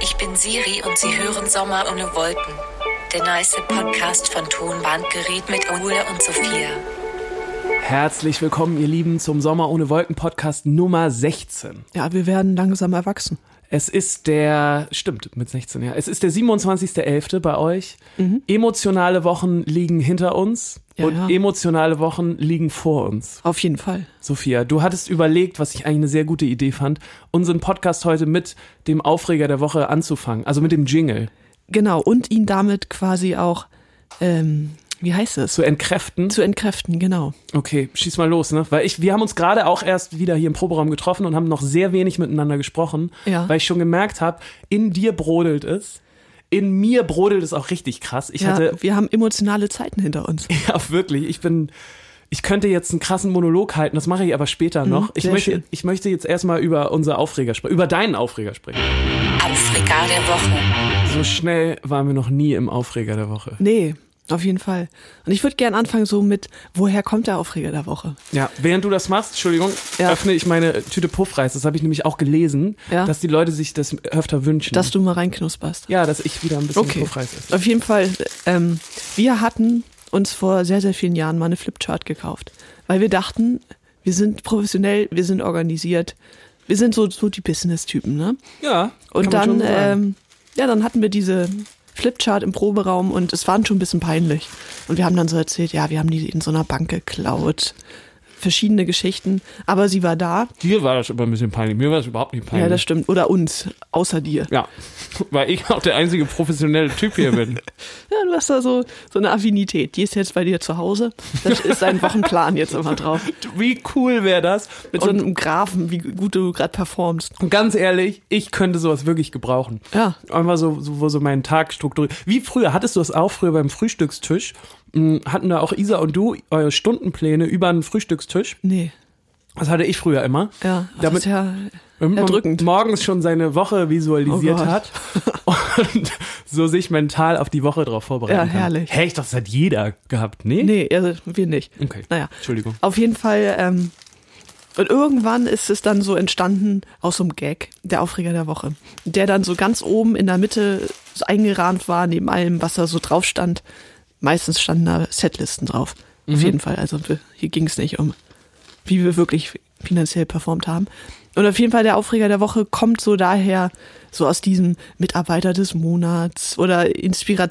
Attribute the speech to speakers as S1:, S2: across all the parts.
S1: Ich bin Siri und Sie hören Sommer ohne Wolken. Der nice Podcast von Tonbandgerät mit Ole und Sophia.
S2: Herzlich willkommen, ihr Lieben, zum Sommer ohne Wolken Podcast Nummer 16.
S3: Ja, wir werden langsam erwachsen.
S2: Es ist der, stimmt, mit 16, ja. Es ist der 27.11. bei euch. Emotionale Wochen liegen hinter uns
S3: Mhm. Ja,
S2: und
S3: ja.
S2: emotionale Wochen liegen vor uns.
S3: Auf jeden Fall.
S2: Sophia, du hattest überlegt, was ich eigentlich eine sehr gute Idee fand, unseren Podcast heute mit dem Aufreger der Woche anzufangen, also mit dem Jingle.
S3: Genau, und ihn damit quasi auch, ähm, wie heißt es?
S2: Zu entkräften.
S3: Zu entkräften, genau.
S2: Okay, schieß mal los, ne? Weil ich, wir haben uns gerade auch erst wieder hier im Proberaum getroffen und haben noch sehr wenig miteinander gesprochen,
S3: Ja.
S2: weil ich schon gemerkt habe, in dir brodelt es. In mir brodelt es auch richtig krass. Ich
S3: Ja,
S2: hatte,
S3: wir haben emotionale Zeiten hinter uns.
S2: ja wirklich, ich bin, ich könnte jetzt einen krassen Monolog halten, das mache ich aber später noch. Ich
S3: Mhm, sehr
S2: möchte,
S3: schön.
S2: ich möchte jetzt erstmal über unser Aufreger sprechen, über deinen Aufreger sprechen.
S1: Aufreger der Woche.
S2: So schnell waren wir noch nie im Aufreger der Woche.
S3: Nee, auf jeden Fall. Und ich würde gern anfangen so mit, woher kommt der Aufreger der Woche?
S2: Ja, während du das machst, Entschuldigung,
S3: Ja.
S2: öffne ich meine Tüte Puffreis. Das habe ich nämlich auch gelesen,
S3: Ja.
S2: dass die Leute sich das öfter wünschen.
S3: Dass du mal reinknusperst.
S2: Ja, dass ich wieder ein bisschen
S3: Okay.
S2: Puffreis esse.
S3: Auf jeden Fall, ähm, wir hatten uns vor sehr, sehr vielen Jahren mal eine Flipchart gekauft, weil wir dachten, wir sind professionell, wir sind organisiert, wir sind so, so die Business-Typen, ne?
S2: Ja.
S3: Und dann,
S2: ähm,
S3: ähm, ja, dann hatten wir diese Flipchart im Proberaum und es waren schon ein bisschen peinlich. Und wir haben dann so erzählt, ja, wir haben die in so einer Bank geklaut. Verschiedene Geschichten, aber sie war da.
S2: dir war das immer ein bisschen peinlich. Mir war das überhaupt nicht peinlich.
S3: Ja, das stimmt. Oder uns, außer dir.
S2: Ja, weil ich auch der einzige professionelle Typ hier bin.
S3: Ja, du hast da so, so eine Affinität. Die ist jetzt bei dir zu Hause. Das ist dein Wochenplan jetzt immer drauf.
S2: Wie cool wäre das?
S3: Mit so
S2: und,
S3: einem Graphen, wie gut du gerade performst.
S2: und ganz ehrlich, ich könnte sowas wirklich gebrauchen.
S3: Ja.
S2: Einfach so, so wo so meinen Tag strukturiert. Wie früher, hattest du das auch früher beim Frühstückstisch? Hm, Hatten da auch Isa und du eure Stundenpläne über einen Frühstückstisch?
S3: Nee.
S2: Das hatte ich früher immer.
S3: Ja, das
S2: Damit-
S3: ist ja
S2: Wenn man
S3: erdrückend.
S2: morgens schon seine Woche visualisiert
S3: Oh Gott.
S2: hat und so sich mental auf die Woche darauf vorbereiten
S3: Ja,
S2: kann.
S3: herrlich.
S2: Hey, ich dachte, das hat jeder gehabt, nee?
S3: Nee, also wir nicht.
S2: Okay.
S3: Naja.
S2: Entschuldigung.
S3: Auf jeden Fall, ähm, und irgendwann ist es dann so entstanden aus so einem Gag, der Aufreger der Woche, der dann so ganz oben in der Mitte so eingerahmt war, neben allem, was da so drauf stand. Meistens standen da Setlisten drauf. Auf jeden Fall. Also wir, hier ging es nicht um, wie wir wirklich finanziell performt haben. Und auf jeden Fall der Aufreger der Woche kommt so daher, so aus diesem Mitarbeiter des Monats oder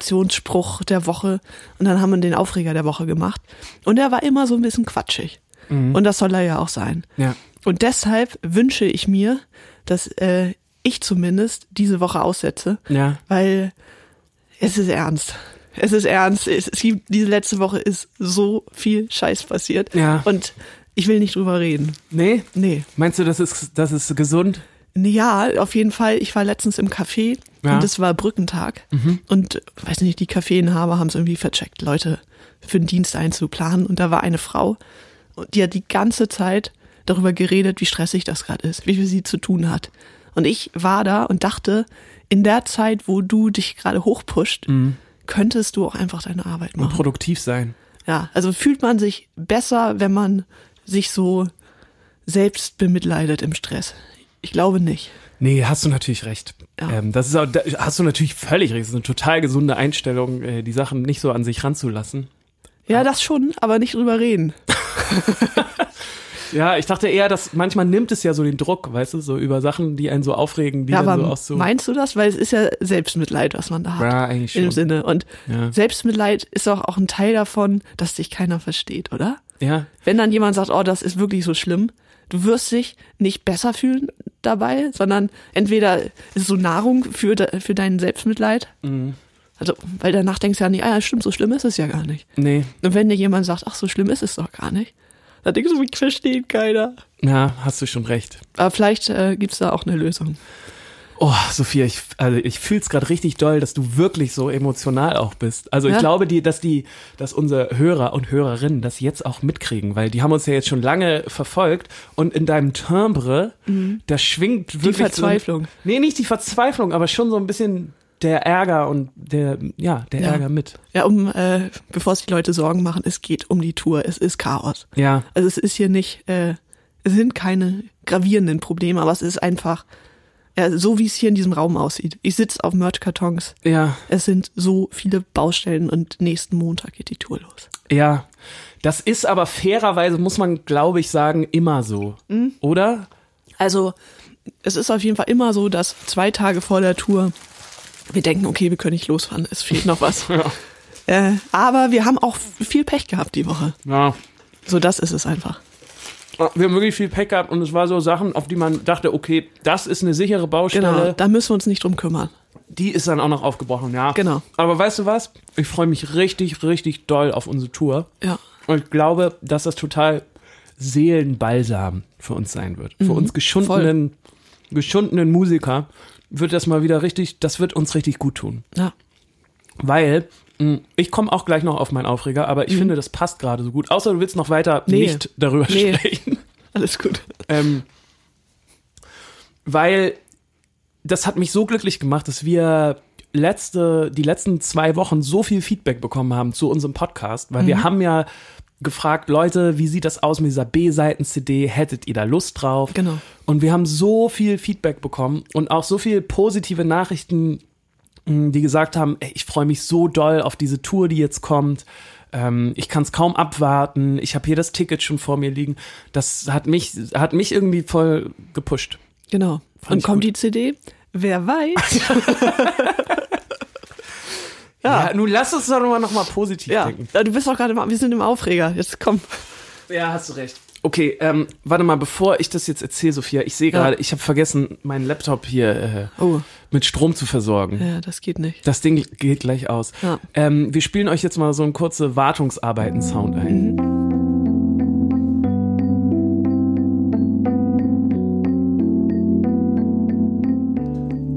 S3: Inspirationsspruch der Woche. Und dann haben wir den Aufreger der Woche gemacht. Und der war immer so ein bisschen quatschig. Und das soll er ja auch sein.
S2: Ja.
S3: Und deshalb wünsche ich mir, dass äh, ich zumindest diese Woche aussetze,
S2: Ja.
S3: weil es ist ernst. Es ist ernst. Es, es gibt, diese letzte Woche ist so viel Scheiß passiert.
S2: Ja.
S3: Und ich will nicht drüber reden.
S2: Nee?
S3: Nee.
S2: Meinst du, das ist, das ist gesund?
S3: Ja, auf jeden Fall. Ich war letztens im Café
S2: Ja.
S3: und es war Brückentag. Und weiß nicht, die Caféinhaber haben es irgendwie vercheckt, Leute für den Dienst einzuplanen. Und da war eine Frau, und die hat die ganze Zeit darüber geredet, wie stressig das gerade ist, wie viel sie zu tun hat. Und ich war da und dachte, in der Zeit, wo du dich gerade hochpusht, könntest du auch einfach deine Arbeit machen.
S2: Produktiv sein.
S3: Ja, also fühlt man sich besser, wenn man sich so selbst bemitleidet im Stress. Ich glaube nicht.
S2: Nee, hast du natürlich recht.
S3: Ja.
S2: Ähm, das ist auch, da hast du natürlich völlig recht. Das ist eine total gesunde Einstellung, äh, die Sachen nicht so an sich ranzulassen.
S3: Ja, das schon, aber nicht drüber reden.
S2: Ja, ich dachte eher, dass manchmal nimmt es ja so den Druck, weißt du, so über Sachen, die einen so aufregen, die
S3: Ja,
S2: dann so
S3: aber
S2: auch so.
S3: meinst du das? Weil es ist ja Selbstmitleid, was man da hat.
S2: Ja, eigentlich
S3: Im
S2: schon.
S3: Sinne. Und
S2: Ja.
S3: Selbstmitleid ist auch, auch ein Teil davon, dass dich keiner versteht, oder?
S2: ja,
S3: Wenn dann jemand sagt, oh, das ist wirklich so schlimm, du wirst dich nicht besser fühlen dabei, sondern entweder ist es so Nahrung für, de, für dein Selbstmitleid.
S2: Mhm.
S3: Also, weil danach denkst du ja nicht, ah ja, stimmt, so schlimm ist es ja gar nicht.
S2: nee.
S3: Und wenn dir jemand sagt, ach, so schlimm ist es doch gar nicht, dann denkst du, mich versteht keiner.
S2: Ja, hast du schon recht.
S3: Aber vielleicht äh, gibt's da auch eine Lösung.
S2: Oh, Sophia, ich, also ich fühl's grad richtig doll, dass du wirklich so emotional auch bist. Also ich
S3: Ja.
S2: glaube, die, dass die, dass unsere Hörer und Hörerinnen das jetzt auch mitkriegen, weil die haben uns ja jetzt schon lange verfolgt und in deinem Timbre, da schwingt wirklich
S3: Mhm. Verzweiflung.
S2: So, nee, nicht die Verzweiflung, aber schon so ein bisschen der Ärger und der, ja, der
S3: Ja.
S2: Ärger mit.
S3: Ja, um, äh, bevor sich Leute Sorgen machen, es geht um die Tour, es ist Chaos.
S2: Ja,
S3: Also es ist hier nicht, äh, es sind keine gravierenden Probleme, aber es ist einfach, Ja, so wie es hier in diesem Raum aussieht. Ich sitze auf Merch-Kartons.
S2: Ja,
S3: Es sind so viele Baustellen und nächsten Montag geht die Tour los.
S2: ja. Das ist aber fairerweise, muss man, glaube ich, sagen, immer so.
S3: Mhm.
S2: Oder?
S3: Also, es ist auf jeden Fall immer so, dass zwei Tage vor der Tour wir denken, okay, wir können nicht losfahren, es fehlt noch was. äh, aber wir haben auch viel Pech gehabt die Woche.
S2: Ja.
S3: So, das ist es einfach.
S2: Ah, Wir haben wirklich viel Pech gehabt und es war so Sachen, auf die man dachte, okay, das ist eine sichere Baustelle.
S3: Genau, da müssen wir uns nicht drum kümmern.
S2: Die ist dann auch noch aufgebrochen, ja.
S3: Genau.
S2: Aber weißt du was? Ich freue mich richtig, richtig doll auf unsere Tour.
S3: Ja.
S2: Und ich glaube, dass das total Seelenbalsam für uns sein wird.
S3: Mhm.
S2: Für uns geschundenen, geschundenen Musiker wird das mal wieder richtig, das wird uns richtig gut tun.
S3: Ja.
S2: Weil, mh, ich komme auch gleich noch auf meinen Aufreger, aber ich finde, das passt gerade so gut. Außer du willst noch weiter
S3: Mhm. Nee.
S2: nicht darüber
S3: Nee.
S2: sprechen.
S3: Alles gut.
S2: Ähm, weil das hat mich so glücklich gemacht, dass wir letzte, die letzten zwei Wochen so viel Feedback bekommen haben zu unserem Podcast, weil wir haben ja gefragt, Leute, wie sieht das aus mit dieser B-Seiten-CD? Hättet ihr da Lust drauf?
S3: Genau.
S2: Und wir haben so viel Feedback bekommen und auch so viel positive Nachrichten, mh, die gesagt haben, ey, ich freue mich so doll auf diese Tour, die jetzt kommt. Ähm, ich kann es kaum abwarten. Ich habe hier das Ticket schon vor mir liegen. Das hat mich, hat mich irgendwie voll gepusht.
S3: Genau.
S2: ich
S3: Und kommt
S2: gut.
S3: die CD? Wer weiß.
S2: Ja, nun lass uns doch mal nochmal positiv
S3: ja.
S2: denken.
S3: ja. Du bist auch gerade im, wir sind im Aufreger. Jetzt komm.
S2: Ja, hast du recht. Okay, ähm, warte mal, bevor ich das jetzt erzähle, Sophia, ich sehe
S3: Ja.
S2: gerade, ich habe vergessen, meinen Laptop hier äh,
S3: Oh.
S2: mit Strom zu versorgen.
S3: Ja, das geht nicht.
S2: Das Ding geht gleich aus.
S3: Ja.
S2: Ähm, wir spielen euch jetzt mal so einen kurze Wartungsarbeiten-Sound ein.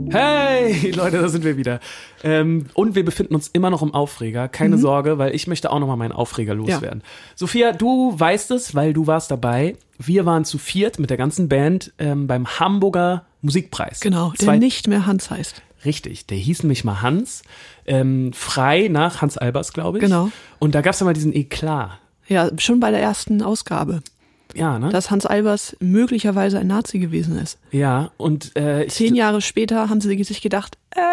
S2: Hey, Leute, da sind wir wieder. Ähm, und wir befinden uns immer noch im Aufreger.
S3: Mhm.
S2: Keine Sorge, weil ich möchte auch nochmal meinen Aufreger loswerden. Sophia, du weißt es, weil du warst dabei. Wir waren zu viert mit der ganzen Band ähm, beim Hamburger Musikpreis.
S3: Genau. Der
S2: Zwei-
S3: nicht mehr Hans heißt.
S2: Richtig, der hieß nämlich mal Hans. Ähm, frei nach Hans Albers, glaube ich.
S3: Genau.
S2: Und da gab es ja mal diesen Eklat.
S3: Ja, schon bei der ersten Ausgabe,
S2: Ja, ne?
S3: dass Hans Albers möglicherweise ein Nazi gewesen ist.
S2: ja, und äh, ich,
S3: Zehn Jahre später haben sie sich gedacht, äh,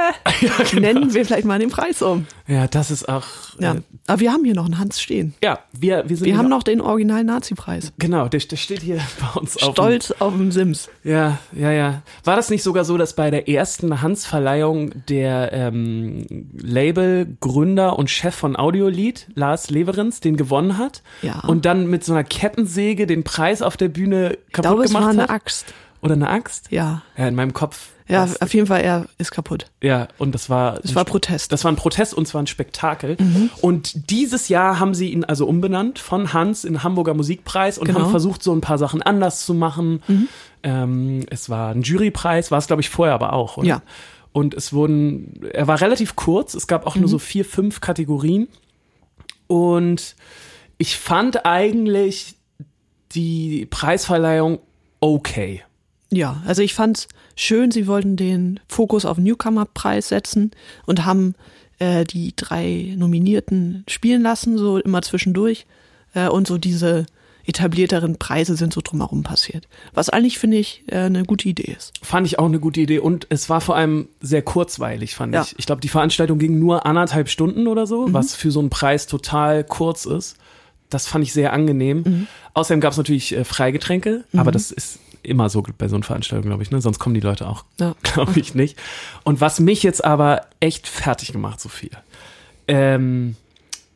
S2: genau.
S3: nennen wir vielleicht mal den Preis um.
S2: ja, das ist auch.
S3: Ja.
S2: Äh,
S3: Aber wir haben hier noch einen Hans stehen.
S2: ja, wir, wir sind.
S3: Wir haben noch den originalen Nazi-Preis.
S2: Genau, der, der steht hier bei uns auf. dem-
S3: Stolz auf dem Sims.
S2: Ja, ja, ja. War das nicht sogar so, dass bei der ersten Hans-Verleihung der ähm, Labelgründer und Chef von Audiolied, Lars Leverins, den gewonnen hat?
S3: Ja.
S2: Und dann mit so einer Kettensäge den Preis auf der Bühne
S3: Ich
S2: kaputt
S3: glaube, es
S2: gemacht
S3: war eine
S2: hat?
S3: Axt.
S2: Oder eine Axt?
S3: Ja.
S2: Ja, in meinem Kopf.
S3: Ja,
S2: Das,
S3: auf jeden Fall, er ist kaputt.
S2: ja und das war.
S3: Es war Protest. Mhm.
S2: Das war ein Protest und zwar ein Spektakel. Und dieses Jahr haben sie ihn also umbenannt von Hans in Hamburger Musikpreis und
S3: Genau. Mhm.
S2: haben versucht, so ein paar Sachen anders zu machen. Ähm, es war ein Jurypreis, war es, glaube ich, vorher aber auch, oder?
S3: Ja.
S2: Und es wurden, er war relativ kurz, es gab auch
S3: Mhm.
S2: nur so vier, fünf Kategorien. Und ich fand eigentlich die Preisverleihung okay.
S3: Ja, also ich fand's schön, sie wollten den Fokus auf den Newcomer-Preis setzen und haben äh, die drei Nominierten spielen lassen, so immer zwischendurch. Äh, und so diese etablierteren Preise sind so drumherum passiert. Was eigentlich, finde ich, äh, eine gute Idee ist.
S2: Fand ich auch eine gute Idee und es war vor allem sehr kurzweilig, fand
S3: Ja. Mhm.
S2: ich. Ich glaube, die Veranstaltung ging nur anderthalb Stunden oder so, was für so einen Preis total kurz ist. Das fand ich sehr angenehm.
S3: Mhm.
S2: Außerdem gab es natürlich äh, Freigetränke, aber das ist immer so bei so einer Veranstaltung, glaube ich. Ne? Sonst kommen die Leute auch,
S3: Ja.
S2: glaube ich, nicht. Und was mich jetzt aber echt fertig gemacht, Sophia. Ähm,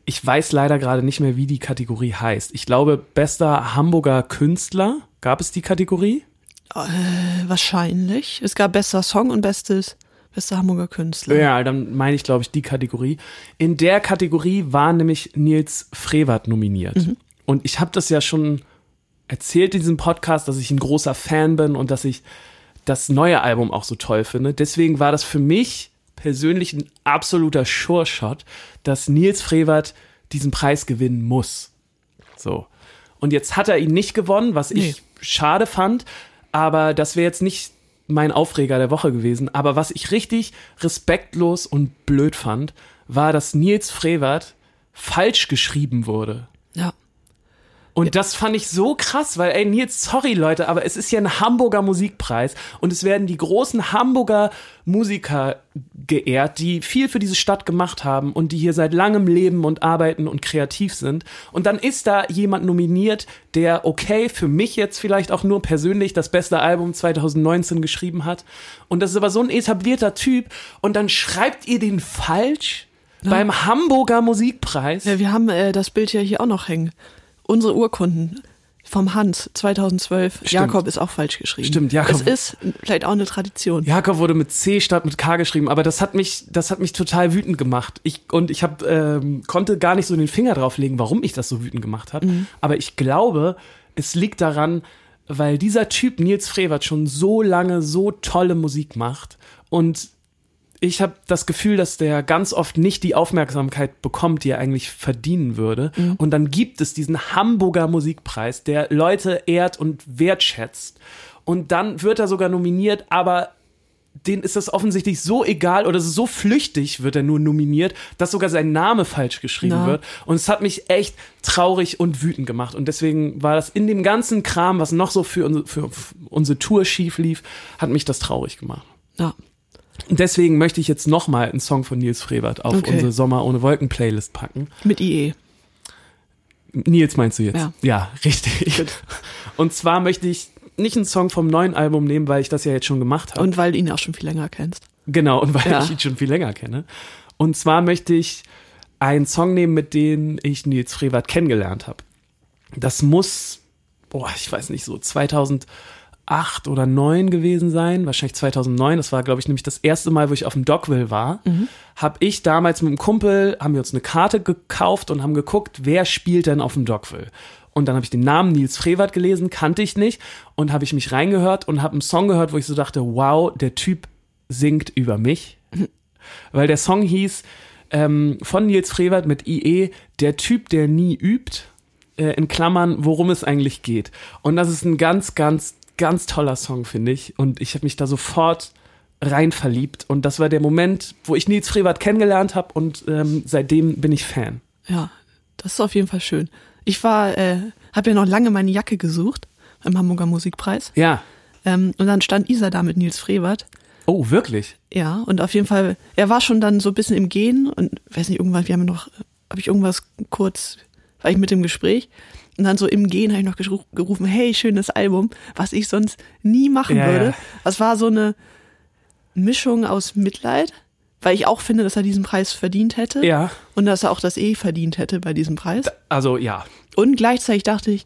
S2: ich weiß leider gerade nicht mehr, wie die Kategorie heißt. Ich glaube, bester Hamburger Künstler gab es die Kategorie.
S3: Äh, wahrscheinlich. Es gab bester Song und bestes, bester Hamburger Künstler.
S2: Ja, dann meine ich, glaube ich, die Kategorie. In der Kategorie war nämlich Nils Frevert nominiert. Und ich habe das ja schon erzählt in diesem Podcast, dass ich ein großer Fan bin und dass ich das neue Album auch so toll finde. Deswegen war das für mich persönlich ein absoluter Sure-Shot, dass Nils Frevert diesen Preis gewinnen muss. So. Und jetzt hat er ihn nicht gewonnen, was ich schade fand. Aber das wäre jetzt nicht mein Aufreger der Woche gewesen. Aber was ich richtig respektlos und blöd fand, war, dass Nils Frevert falsch geschrieben wurde.
S3: Ja.
S2: Und das fand ich so krass, weil, ey, Nils, sorry Leute, aber es ist ja ein Hamburger Musikpreis und es werden die großen Hamburger Musiker geehrt, die viel für diese Stadt gemacht haben und die hier seit langem leben und arbeiten und kreativ sind. Und dann ist da jemand nominiert, der, okay, für mich jetzt vielleicht auch nur persönlich das beste Album 2019 geschrieben hat. Und das ist aber so ein etablierter Typ und dann schreibt ihr den falsch? Beim Hamburger Musikpreis.
S3: Ja, wir haben äh, das Bild ja hier auch noch hängen. Unsere Urkunden vom Hans 2012. Jakob ist auch falsch geschrieben.
S2: Stimmt, Jakob-
S3: Es ist vielleicht auch eine Tradition.
S2: Jakob wurde mit C statt mit K geschrieben, aber das hat mich, das hat mich total wütend gemacht. Ich, und ich hab, ähm, konnte gar nicht so den Finger drauflegen, warum ich das so wütend gemacht hat. Aber ich glaube, es liegt daran, weil dieser Typ Nils Frevert schon so lange so tolle Musik macht und ich habe das Gefühl, dass der ganz oft nicht die Aufmerksamkeit bekommt, die er eigentlich verdienen würde. Und dann gibt es diesen Hamburger Musikpreis, der Leute ehrt und wertschätzt. Und dann wird er sogar nominiert, aber denen ist das offensichtlich so egal oder so flüchtig wird er nur nominiert, dass sogar sein Name falsch geschrieben
S3: Na.
S2: wird. Und es hat mich echt traurig und wütend gemacht. Und deswegen war das in dem ganzen Kram, was noch so für, unsere- für unsere Tour schief lief, hat mich das traurig gemacht.
S3: Ja.
S2: Und deswegen möchte ich jetzt nochmal einen Song von Nils Frevert auf
S3: Okay.
S2: unsere Sommer ohne Wolken Playlist packen.
S3: Mit E. IE.
S2: Nils meinst du jetzt?
S3: Ja.
S2: richtig. Und zwar möchte ich nicht einen Song vom neuen Album nehmen, weil ich das ja jetzt schon gemacht habe.
S3: Und weil du ihn auch schon viel länger kennst.
S2: genau, und weil
S3: Ja.
S2: ich ihn schon viel länger kenne. Und zwar möchte ich einen Song nehmen, mit dem ich Nils Frevert kennengelernt habe. Das muss, boah, ich weiß nicht, so 2008 oder 9 gewesen sein, wahrscheinlich 2009. Das war, glaube ich, nämlich das erste Mal, wo ich auf dem Dockville war. Hab ich damals mit einem Kumpel, haben wir uns eine Karte gekauft und haben geguckt, wer spielt denn auf dem Dockville. Und dann habe ich den Namen Nils Frevert gelesen, kannte ich nicht und habe ich mich reingehört und habe einen Song gehört, wo ich so dachte, wow, der Typ singt über mich weil der Song hieß ähm, von Nils Frevert mit IE, der Typ, der nie übt, äh, in Klammern, worum es eigentlich geht. Und das ist ein ganz, ganz, ganz toller Song, finde ich. Und ich habe mich da sofort rein verliebt. Und das war der Moment, wo ich Nils Frevert kennengelernt habe und ähm, seitdem bin ich Fan.
S3: Ja, das ist auf jeden Fall schön. Ich war, äh, habe ja noch lange meine Jacke gesucht beim Hamburger Musikpreis.
S2: Ja.
S3: Ähm, und dann stand Isa da mit Nils Frevert.
S2: Oh, wirklich?
S3: Ja, und auf jeden Fall, er war schon dann so ein bisschen im Gehen und weiß nicht, irgendwann, wir haben noch, habe ich irgendwas kurz, war ich mit dem Gespräch und dann so im Gehen habe ich noch geschru- gerufen, hey, schönes Album, was ich sonst nie machen
S2: Ja,
S3: würde.
S2: ja.
S3: Das war so eine Mischung aus Mitleid, weil ich auch finde, dass er diesen Preis verdient hätte
S2: Ja.
S3: und dass er auch das E verdient hätte bei diesem Preis.
S2: Also ja.
S3: Und gleichzeitig dachte ich,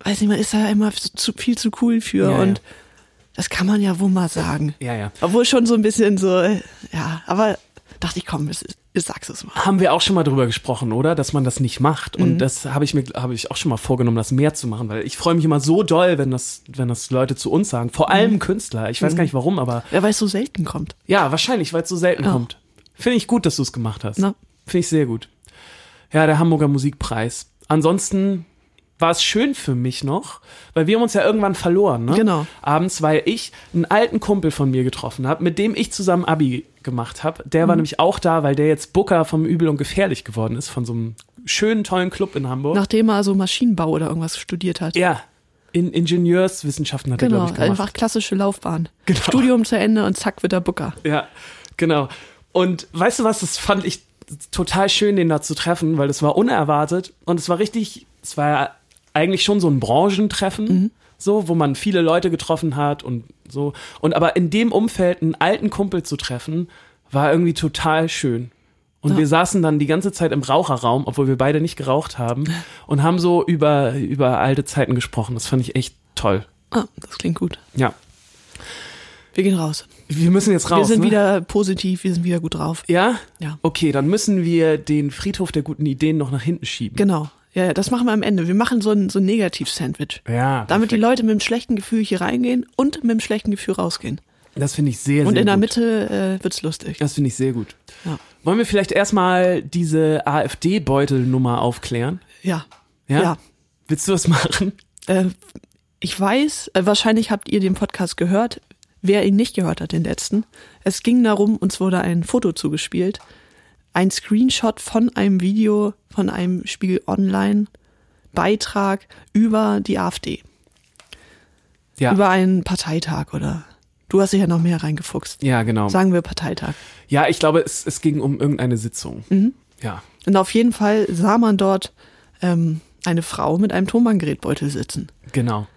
S3: weiß nicht, man ist da immer zu, viel zu cool
S2: Ja,
S3: für
S2: ja.
S3: und das kann man ja wohl mal sagen.
S2: Ja, ja.
S3: Obwohl schon so ein bisschen so, äh, ja, aber dachte ich, komm, es ist, ich sag's es mal.
S2: Haben wir auch schon mal drüber gesprochen, oder? Dass man das nicht macht. Und das habe ich mir, habe ich auch schon mal vorgenommen, das mehr zu machen, weil ich freue mich immer so doll, wenn das, wenn das Leute zu uns sagen. Vor allem Künstler. Ich weiß gar nicht warum, aber
S3: Ja, weil es so selten kommt.
S2: ja, wahrscheinlich, weil es so selten
S3: Ja.
S2: kommt. Finde ich gut, dass du es gemacht hast.
S3: Na.
S2: Finde ich sehr gut. Ja, der Hamburger Musikpreis. Ansonsten war es schön für mich noch, weil wir haben uns ja irgendwann verloren, ne?
S3: Genau.
S2: Abends, weil ich einen alten Kumpel von mir getroffen habe, mit dem ich zusammen Abi gemacht habe. Der
S3: Mhm.
S2: war nämlich auch da, weil der jetzt Booker vom Übel und Gefährlich geworden ist, von so einem schönen, tollen Club in Hamburg.
S3: Nachdem er so Maschinenbau oder irgendwas studiert hat.
S2: ja, in Ingenieurswissenschaften hat er,
S3: genau,
S2: glaube ich, gemacht.
S3: einfach klassische Laufbahn.
S2: Genau.
S3: Studium zu Ende und zack wird er Booker.
S2: Ja, genau. Und weißt du was, das fand ich total schön, den da zu treffen, weil das war unerwartet und es war richtig, es war ja eigentlich schon so ein Branchentreffen, so, wo man viele Leute getroffen hat und so. Und aber in dem Umfeld einen alten Kumpel zu treffen, war irgendwie total schön. Und wir saßen dann die ganze Zeit im Raucherraum, obwohl wir beide nicht geraucht haben und haben so über, über alte Zeiten gesprochen. Das fand ich echt toll.
S3: Ah, das klingt gut.
S2: Ja.
S3: Wir gehen raus.
S2: Wir müssen jetzt raus.
S3: wir sind
S2: ne?
S3: wieder positiv, wir sind wieder gut drauf.
S2: Ja?
S3: Ja.
S2: Okay, dann müssen wir den Friedhof der guten Ideen noch nach hinten schieben.
S3: Genau. Ja, ja, das machen wir am Ende. Wir machen so ein, so ein Negativ-Sandwich.
S2: Ja,
S3: Damit die Leute mit einem schlechten Gefühl hier reingehen und mit einem schlechten Gefühl rausgehen.
S2: das finde ich sehr, sehr
S3: Und in
S2: gut.
S3: der Mitte äh, wird's lustig.
S2: Das finde ich sehr gut.
S3: Ja.
S2: Wollen wir vielleicht erstmal diese AfD-Beutelnummer aufklären?
S3: Ja.
S2: Ja?
S3: ja.
S2: Willst du das machen?
S3: Äh, ich weiß, äh, wahrscheinlich habt ihr den Podcast gehört. Wer ihn nicht gehört hat, den letzten. Es ging darum, uns wurde ein Foto zugespielt. Ein Screenshot von einem Video von einem Spiegel Online Beitrag über die AfD,
S2: Ja,
S3: über einen Parteitag oder du hast dich ja noch mehr reingefuchst.
S2: ja genau.
S3: Sagen wir Parteitag.
S2: Ja, ich glaube, es, es ging um irgendeine Sitzung.
S3: Mhm.
S2: Ja.
S3: Und auf jeden Fall sah man dort ähm, eine Frau mit einem Tonbandgerätbeutel sitzen.
S2: Genau.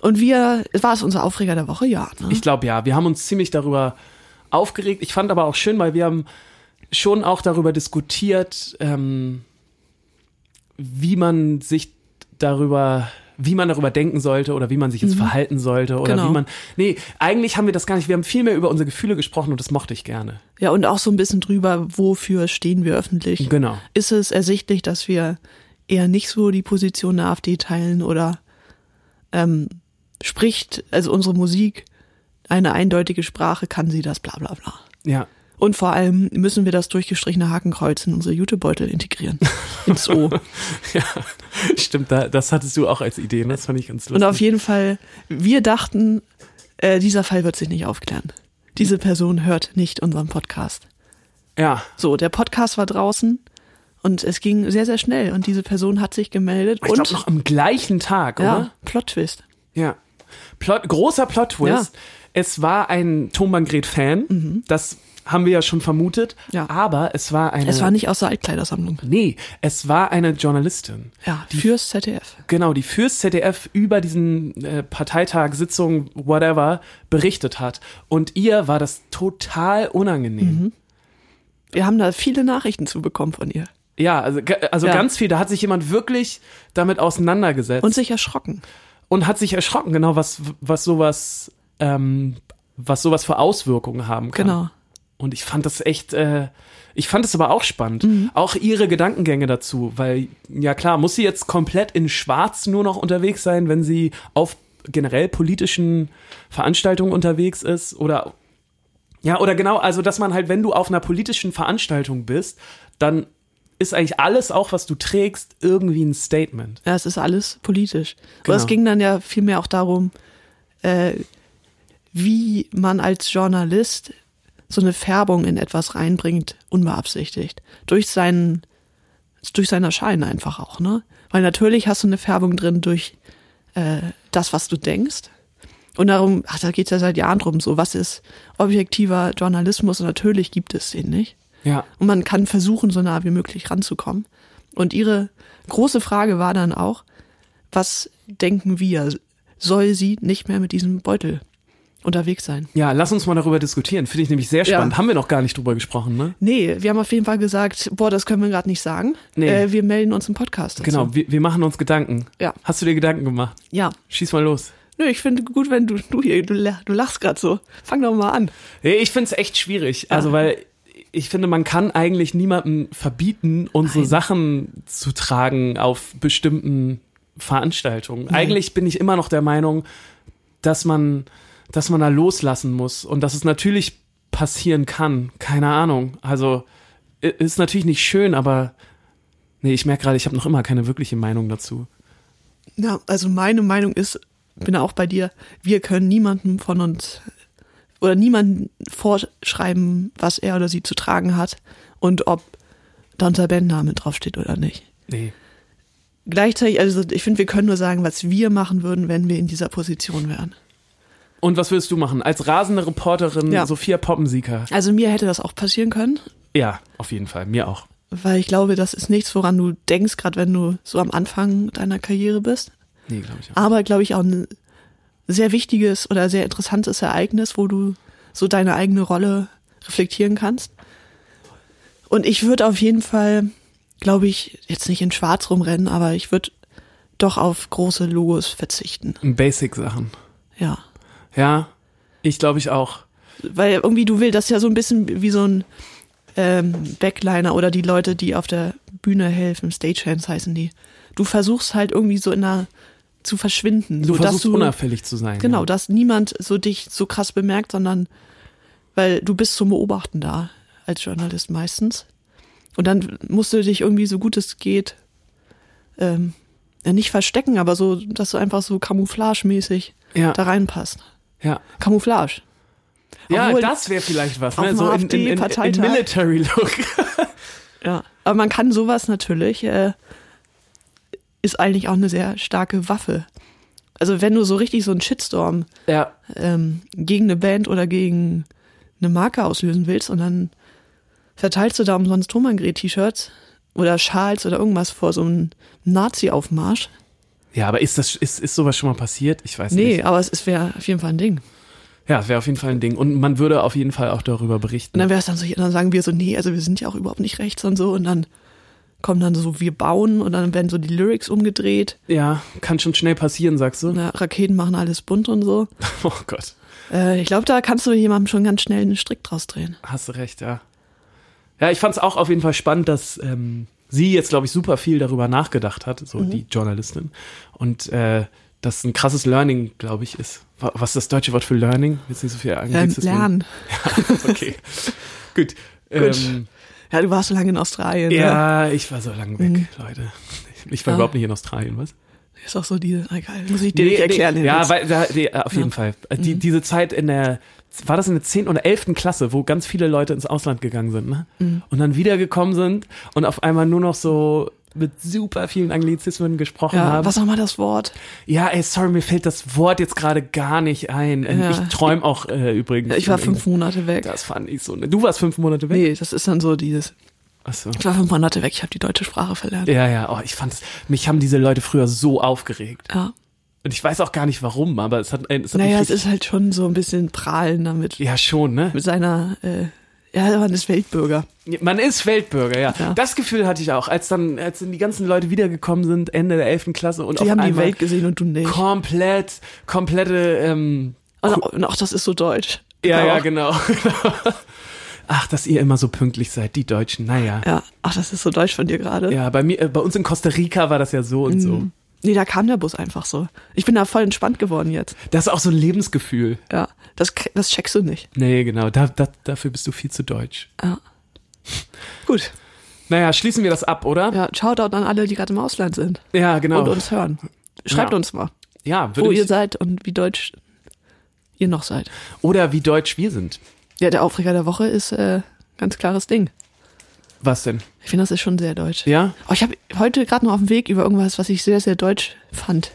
S3: Und wir, war es unser Aufreger der Woche? Ja. Ne?
S2: Ich glaube ja, wir haben uns ziemlich darüber aufgeregt. Ich fand aber auch schön, weil wir haben schon auch darüber diskutiert, ähm, wie man sich darüber, wie man darüber denken sollte oder wie man sich jetzt verhalten sollte oder
S3: Mhm. Genau.
S2: wie man. Nee, eigentlich haben wir das gar nicht. Wir haben viel mehr über unsere Gefühle gesprochen und das mochte ich gerne.
S3: Ja, und auch so ein bisschen drüber, wofür stehen wir öffentlich.
S2: Genau.
S3: Ist es ersichtlich, dass wir eher nicht so die Position der AfD teilen oder ähm, spricht, also unsere Musik, eine eindeutige Sprache, kann sie das, bla bla bla.
S2: Ja.
S3: Und vor allem müssen wir das durchgestrichene Hakenkreuz in unsere Jutebeutel integrieren. Ins O.
S2: ja. Stimmt, da, das hattest du auch als Idee, ne? das fand ich ganz
S3: Und
S2: lustig.
S3: auf jeden Fall, wir dachten, äh, dieser Fall wird sich nicht aufklären. Diese Person hört nicht unseren Podcast.
S2: ja.
S3: So, der Podcast war draußen und es ging sehr, sehr schnell und diese Person hat sich gemeldet
S2: Ich
S3: und
S2: glaube noch am gleichen Tag,
S3: ja,
S2: oder?
S3: Plot-Twist.
S2: Ja. Plot, großer Plot-Twist. Es war ein Thomann-Gret-Fan. Das haben wir ja schon vermutet.
S3: Mhm. Ja.
S2: Aber es war eine.
S3: Es war nicht aus der Altkleidersammlung.
S2: Nee, es war eine Journalistin.
S3: Ja, fürs ZDF.
S2: Genau, die fürs ZDF über diesen äh, Parteitag, Sitzung, whatever, berichtet hat. Und ihr war das total unangenehm.
S3: Mhm. Wir haben da viele Nachrichten zu bekommen von ihr
S2: Ja, also, ga- also
S3: Ja.
S2: ganz viel. Da hat sich jemand wirklich damit auseinandergesetzt.
S3: und sich erschrocken.
S2: und hat sich erschrocken, genau, was, was sowas, ähm, was sowas für Auswirkungen haben kann.
S3: Genau.
S2: Und ich fand das echt, äh, ich fand es aber auch spannend. Auch ihre Gedankengänge dazu, weil, ja klar, muss sie jetzt komplett in Schwarz nur noch unterwegs sein, wenn sie auf generell politischen Veranstaltungen unterwegs ist oder ja, oder genau, also dass man halt, wenn du auf einer politischen Veranstaltung bist, dann ist eigentlich alles auch, was du trägst, irgendwie ein Statement.
S3: Ja, es ist alles politisch. Aber
S2: Genau.
S3: es ging dann ja vielmehr auch darum, äh, wie man als Journalist so eine Färbung in etwas reinbringt, unbeabsichtigt. Durch seinen, durch sein Erscheinen einfach auch, ne? Weil natürlich hast du eine Färbung drin durch äh, das, was du denkst. Und darum, ach, da geht's ja seit Jahren drum, so was ist objektiver Journalismus und natürlich gibt es den nicht.
S2: Ja.
S3: Und man kann versuchen, so nah wie möglich ranzukommen. Und ihre große Frage war dann auch, was denken wir? Soll sie nicht mehr mit diesem Beutel unterwegs sein?
S2: Ja, lass uns mal darüber diskutieren. Finde ich nämlich sehr
S3: Ja.
S2: spannend. Haben wir noch gar nicht drüber gesprochen, ne?
S3: Nee, wir haben auf jeden Fall gesagt, boah, das können wir gerade nicht sagen.
S2: Nee.
S3: Äh, wir melden uns im Podcast. Dazu.
S2: Genau, wir, wir machen uns Gedanken.
S3: Ja.
S2: Hast du dir Gedanken gemacht?
S3: Ja.
S2: Schieß mal los.
S3: Nö, ich finde gut, wenn du, du hier, du, lach- du lachst gerade so. Fang doch mal an.
S2: Nee, Ich finde es echt schwierig. Also, weil ich finde, man kann eigentlich niemandem verbieten, unsere
S3: Nein.
S2: Sachen zu tragen auf bestimmten Veranstaltungen. Eigentlich bin ich immer noch der Meinung, dass man, dass man da loslassen muss und dass es natürlich passieren kann. Keine Ahnung. Also, i- ist natürlich nicht schön, aber nee, ich merke gerade, ich habe noch immer keine wirkliche Meinung dazu.
S3: Ja, also meine Meinung ist, bin auch bei dir, wir können niemandem von uns oder niemandem vorschreiben, was er oder sie zu tragen hat und ob da unser Bandname draufsteht oder nicht.
S2: Nee.
S3: Gleichzeitig, also ich finde, wir können nur sagen, was wir machen würden, wenn wir in dieser Position wären.
S2: Und was willst du machen? Als rasende Reporterin
S3: Ja.
S2: Sophia Poppensieker.
S3: Also mir hätte das auch passieren können,
S2: Ja, auf jeden Fall. Mir auch.
S3: weil ich glaube, das ist nichts, woran du denkst, gerade wenn du so am Anfang deiner Karriere bist.
S2: Nee, glaube ich auch.
S3: aber glaube ich auch ein sehr wichtiges oder sehr interessantes Ereignis, wo du so deine eigene Rolle reflektieren kannst. Und ich würde auf jeden Fall, glaube ich, jetzt nicht in Schwarz rumrennen, aber ich würde doch auf große Logos verzichten.
S2: Ah. Basic-Sachen.
S3: Ja.
S2: Ja, ich glaube ich auch.
S3: Weil irgendwie du willst das ja so ein bisschen wie so ein ähm, Backliner oder die Leute, die auf der Bühne helfen, Stagehands heißen die. Du versuchst halt irgendwie so in einer zu verschwinden.
S2: Du
S3: so, dass
S2: versuchst
S3: du,
S2: unauffällig zu sein.
S3: Genau,
S2: Ja.
S3: dass niemand so dich so krass bemerkt, sondern weil du bist zum Beobachten da als Journalist meistens. Und dann musst du dich irgendwie so gut es geht ähm, ja, nicht verstecken, aber so, dass du einfach so camouflagemäßig
S2: Ja.
S3: da reinpasst.
S2: Ja,
S3: Camouflage.
S2: ja
S3: Obwohl-
S2: das wäre vielleicht was.
S3: Auf
S2: Ne?
S3: dem
S2: So in, in, in, in
S3: AfD-Parteitag.
S2: Military Look.
S3: Ja. Aber man kann sowas natürlich äh, ist eigentlich auch eine sehr starke Waffe. Also wenn du so richtig so einen Shitstorm
S2: Ja,
S3: ähm, gegen eine Band oder gegen eine Marke auslösen willst und dann verteilst du da umsonst Thomann-Gret-T-Shirts oder Schals oder irgendwas vor so einem Nazi-Aufmarsch.
S2: ja aber ist, das, ist, ist sowas schon mal passiert? Ich weiß
S3: Nee,
S2: nicht.
S3: aber es, es wäre auf jeden Fall ein Ding.
S2: Ja, wäre auf jeden Fall ein Ding. Und man würde auf jeden Fall auch darüber berichten.
S3: Und dann wäre es dann so, hier, dann sagen wir so, nee, also wir sind ja auch überhaupt nicht rechts und so. Und dann kommen dann so, wir bauen und dann werden so die Lyrics umgedreht.
S2: Ja, kann schon schnell passieren, sagst du?
S3: Na, Raketen machen alles bunt und so.
S2: Oh Gott,
S3: Äh, ich glaube, da kannst du jemandem schon ganz schnell einen Strick draus drehen.
S2: hast du recht, ja. Ja, ich fand es auch auf jeden Fall spannend, dass ähm, sie jetzt, glaube ich, super viel darüber nachgedacht hat, so die Journalistin. Und äh, das ein krasses Learning, glaube ich, ist. Wa- Was ist das deutsche Wort für Learning? Jetzt nicht so viel
S3: Ähm,
S2: Anglizismen.
S3: lernen.
S2: Okay, gut. Ähm,
S3: Ja, du warst so lange in Australien. Ne?
S2: ja, ich war so lange weg, Leute. Ich war
S3: Ah.
S2: überhaupt nicht in Australien, was?
S3: Ist auch so die, egal, muss ich dir nicht erklären. den
S2: Ja,
S3: Witz. Mhm.
S2: weil, da, die, auf jeden Fall. Äh, Die, Diese Zeit in der, war das in der 10. oder 11. Klasse, wo ganz viele Leute ins Ausland gegangen sind, ne?
S3: Mhm.
S2: Und dann wiedergekommen sind und auf einmal nur noch so mit super vielen Anglizismen gesprochen
S3: ja,
S2: haben.
S3: was nochmal das Wort?
S2: Ja, ey, sorry, mir fällt das Wort jetzt gerade gar nicht ein. Ähm,
S3: Ja.
S2: Ich träume auch äh, übrigens.
S3: Ja, ich war
S2: von
S3: fünf Monate weg.
S2: England. Das fand ich so. Ne? Du warst fünf Monate weg?
S3: nee, das ist dann so dieses,
S2: Achso.
S3: ich war fünf Monate weg, ich habe die deutsche Sprache verlernt.
S2: Ja, ja, oh, ich fand's, mich haben diese Leute früher so aufgeregt.
S3: Ja.
S2: Und ich weiß auch gar nicht warum, aber es hat, es hat
S3: Naja,
S2: mich
S3: es ist halt schon so ein bisschen prahlen damit.
S2: ja, schon, ne?
S3: Mit seiner, äh, ja, man ist Weltbürger.
S2: Man ist Weltbürger, ja.
S3: Ja.
S2: Das Gefühl hatte ich auch, als dann, als dann die ganzen Leute wiedergekommen sind, Ende der 11. Klasse und auf
S3: Die haben die
S2: einmal
S3: Welt gesehen und du nicht.
S2: komplett, komplette, ähm,
S3: Und auch, und auch das ist so deutsch.
S2: ja, ja,
S3: Auch-
S2: genau. Ach, dass ihr immer so pünktlich seid, die Deutschen, naja.
S3: Ja, ach, das ist so deutsch von dir gerade.
S2: Ja, bei mir, äh, bei uns in Costa Rica war das ja so und so.
S3: Nee, da kam der Bus einfach so. Ich bin da voll entspannt geworden jetzt.
S2: Das ist auch so ein Lebensgefühl.
S3: Ja, das, k- das checkst du nicht.
S2: Nee, genau, da, da, dafür bist du viel zu deutsch.
S3: Ja. Gut.
S2: Naja, schließen wir das ab, oder?
S3: Ja, Shoutout an alle, die gerade im Ausland sind
S2: Ja, genau.
S3: und uns hören. Schreibt
S2: Ja.
S3: uns mal,
S2: ja, würde
S3: wo ihr
S2: ich,
S3: seid und wie deutsch ihr noch seid.
S2: oder wie deutsch wir sind.
S3: Ja, der Aufreger der Woche ist äh, ganz klares Ding.
S2: Was denn?
S3: Ich finde, das ist schon sehr deutsch.
S2: Ja?
S3: Oh, ich habe heute gerade noch auf dem Weg über irgendwas, was ich sehr, sehr deutsch fand,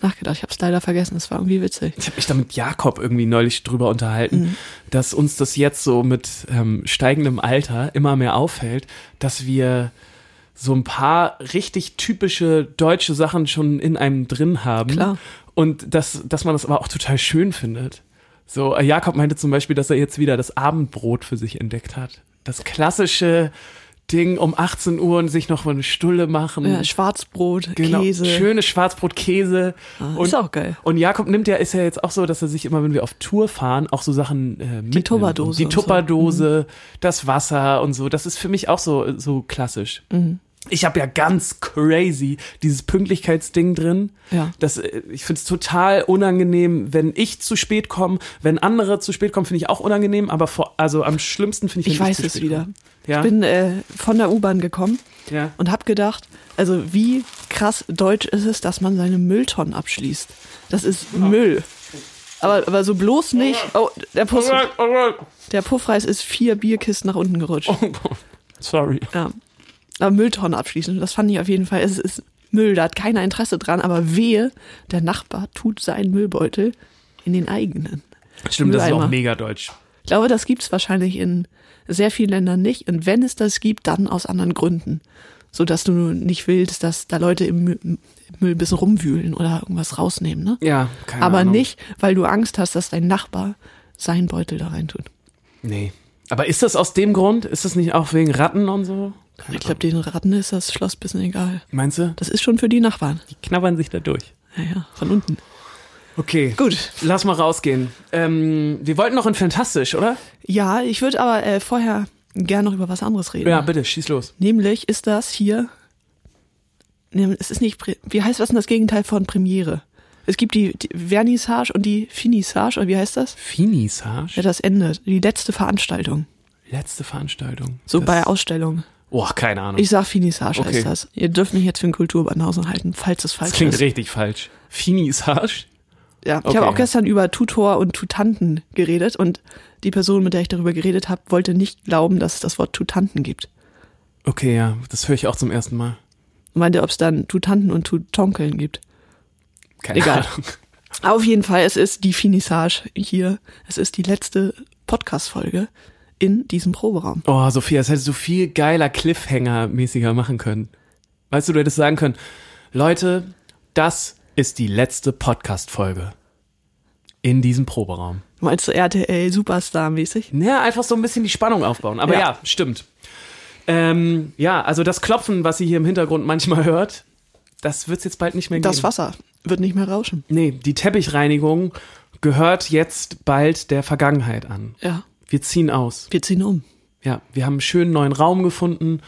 S3: nachgedacht. Ich habe es leider vergessen. Es war irgendwie witzig.
S2: Ich habe mich da mit Jakob irgendwie neulich drüber unterhalten,
S3: Mhm.
S2: dass uns das jetzt so mit ähm, steigendem Alter immer mehr auffällt, dass wir so ein paar richtig typische deutsche Sachen schon in einem drin haben.
S3: Klar.
S2: Und dass, dass man das aber auch total schön findet. So, äh, Jakob meinte zum Beispiel, dass er jetzt wieder das Abendbrot für sich entdeckt hat. Das klassische Ding um 18 Uhr und sich noch mal eine Stulle machen.
S3: Ja, Schwarzbrot, Käse.
S2: Genau.
S3: Ah,
S2: Schönes Schwarzbrot, Käse. und,
S3: ist auch geil.
S2: Und Jakob nimmt ja, ist ja jetzt auch so, dass er sich immer, wenn wir auf Tour fahren, auch so Sachen äh, mitnimmt. Und
S3: Tupperdose
S2: Die
S3: und so. Mhm.
S2: Tupperdose, das Wasser und so. Das ist für mich auch so, so klassisch.
S3: Mhm.
S2: Ich habe ja ganz crazy dieses Pünktlichkeitsding drin.
S3: Ja.
S2: Das, äh, ich finde es total unangenehm, wenn ich zu spät komme. Wenn andere zu spät kommen, finde ich auch unangenehm. Aber vor, also am schlimmsten finde ich, wenn
S3: Ich weiß
S2: zu
S3: es
S2: spät
S3: wieder.
S2: komme. Ja?
S3: Ich bin äh, von der U-Bahn gekommen
S2: Ja.
S3: und habe gedacht, also wie krass deutsch ist es, dass man seine Mülltonnen abschließt. Das ist Müll. Aber, aber so bloß nicht. Oh, der, Puff, der Puffreis ist vier Bierkisten nach unten gerutscht.
S2: Oh. Sorry.
S3: Ja. Aber Mülltonnen abschließen, das fand ich auf jeden Fall. Es ist Müll, da hat keiner Interesse dran, aber wehe, der Nachbar tut seinen Müllbeutel in den eigenen.
S2: Stimmt, das ist auch
S3: Mülleimer.
S2: mega deutsch.
S3: Ich glaube, das gibt's wahrscheinlich in sehr vielen Ländern nicht. Und wenn es das gibt, dann aus anderen Gründen. So dass du nicht willst, dass da Leute im Müll, im Müll ein bisschen rumwühlen oder irgendwas rausnehmen. Ne?
S2: Ja, keine
S3: Aber
S2: Ahnung.
S3: nicht, weil du Angst hast, dass dein Nachbar seinen Beutel da reintut.
S2: Nee. Aber ist das aus dem Grund? Ist das nicht auch wegen Ratten und so? Keine
S3: Ich glaube, den Ratten ist das Schloss ein bisschen egal.
S2: Ahnung. Meinst du?
S3: Das ist schon für die Nachbarn.
S2: Die knabbern sich da durch.
S3: Naja, von unten.
S2: Okay. Gut.
S3: Gut,
S2: Lass mal rausgehen. Ähm, wir wollten noch in Fantastisch, oder?
S3: Ja, ich würde aber äh, vorher gern noch über was anderes reden.
S2: Ja, bitte, schieß los.
S3: Nämlich ist das hier. Ne, Es ist nicht. Pre wie heißt was denn das Gegenteil von Premiere? Es gibt die, die Vernissage und die Finissage, oder wie heißt das?
S2: Finissage?
S3: Ja, das Ende. Die letzte Veranstaltung.
S2: Letzte Veranstaltung.
S3: So
S2: Das-
S3: bei Ausstellungen.
S2: Boah, keine Ahnung.
S3: Ich sag Finissage
S2: Okay.
S3: heißt das. Ihr dürft mich jetzt für einen Kulturbanausen halten, falls es falsch
S2: das klingt
S3: ist.
S2: richtig falsch. Finissage?
S3: Ja, ich
S2: Okay,
S3: habe auch
S2: ja.
S3: gestern über Tutor und Tutanten geredet und die Person, mit der ich darüber geredet habe, wollte nicht glauben, dass es das Wort Tutanten gibt.
S2: Okay, ja, das höre ich auch zum ersten Mal.
S3: und meinte, ob es dann Tutanten und Tutonkeln gibt.
S2: Keine
S3: Egal.
S2: Ahnung.
S3: Auf jeden Fall, es ist die Finissage hier. Es ist die letzte Podcast-Folge in diesem Proberaum.
S2: Oh, Sophia, das hättest du viel geiler Cliffhanger-mäßiger machen können. Weißt du, du hättest sagen können, Leute, das ist die letzte Podcast-Folge. In diesem Proberaum.
S3: Meinst du RTL Superstar-mäßig?
S2: Ja, einfach so ein bisschen die Spannung aufbauen. Aber ja,
S3: Ja.
S2: stimmt. Ähm, ja, also das Klopfen, was sie hier im Hintergrund manchmal hört, das wird's jetzt bald nicht mehr geben.
S3: Das Wasser wird nicht mehr rauschen.
S2: Nee, die Teppichreinigung gehört jetzt bald der Vergangenheit an.
S3: Ja,
S2: Wir ziehen aus.
S3: wir ziehen um.
S2: Ja, wir haben einen schönen neuen Raum gefunden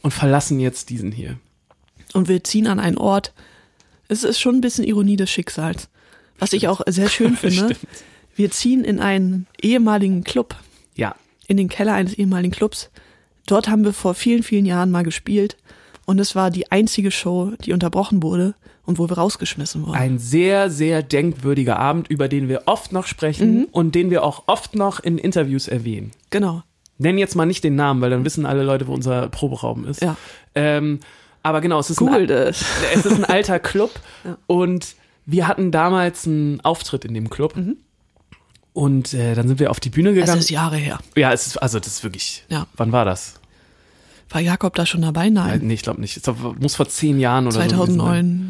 S2: und verlassen jetzt diesen hier.
S3: Und wir ziehen an einen Ort. Es ist schon ein bisschen Ironie des Schicksals. Was ich auch sehr schön finde. Wir ziehen in einen ehemaligen Club.
S2: Ja,
S3: in den Keller eines ehemaligen Clubs. Dort haben wir vor vielen, vielen Jahren mal gespielt und es war die einzige Show, die unterbrochen wurde und wo wir rausgeschmissen wurden.
S2: ein sehr, sehr denkwürdiger Abend, über den wir oft noch sprechen
S3: Mhm.
S2: und den wir auch oft noch in Interviews erwähnen.
S3: Genau.
S2: Nenn jetzt mal nicht den Namen, weil dann wissen alle Leute, wo unser Proberaum ist.
S3: Ja.
S2: Ähm, aber genau, es ist,
S3: Googelt
S2: ein,
S3: es.
S2: es ist ein alter Club und wir hatten damals einen Auftritt in dem Club. Und äh, dann sind wir auf die Bühne
S3: Mhm. Es
S2: gegangen.
S3: ist Jahre her.
S2: ja, es ist, also das ist wirklich.
S3: Ja.
S2: Wann war das?
S3: War Jakob da schon dabei?
S2: Äh,
S3: Nein.
S2: Nee, ich glaube nicht. Es muss vor zehn Jahren oder so. gewesen sein.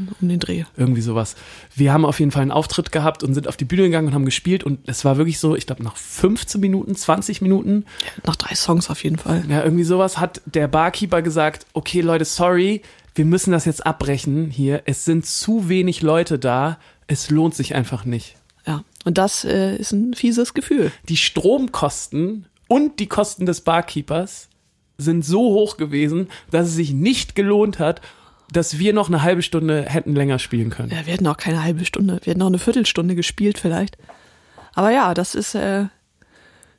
S3: 2009 um den Dreh.
S2: Irgendwie sowas. Wir haben auf jeden Fall einen Auftritt gehabt und sind auf die Bühne gegangen und haben gespielt. Und es war wirklich so, ich glaube, nach 15 Minuten, 20 Minuten
S3: Nach drei Songs auf jeden Fall.
S2: Ja, irgendwie sowas hat der Barkeeper gesagt, okay Leute, sorry, wir müssen das jetzt abbrechen hier. Es sind zu wenig Leute da. Es lohnt sich einfach nicht.
S3: Ja. Und das äh, ist ein fieses Gefühl.
S2: Die Stromkosten und die Kosten des Barkeepers sind so hoch gewesen, dass es sich nicht gelohnt hat, dass wir noch eine halbe Stunde hätten länger spielen können.
S3: Ja, wir hätten auch keine halbe Stunde. Wir hätten auch eine Viertelstunde gespielt vielleicht. Aber ja, das ist, äh,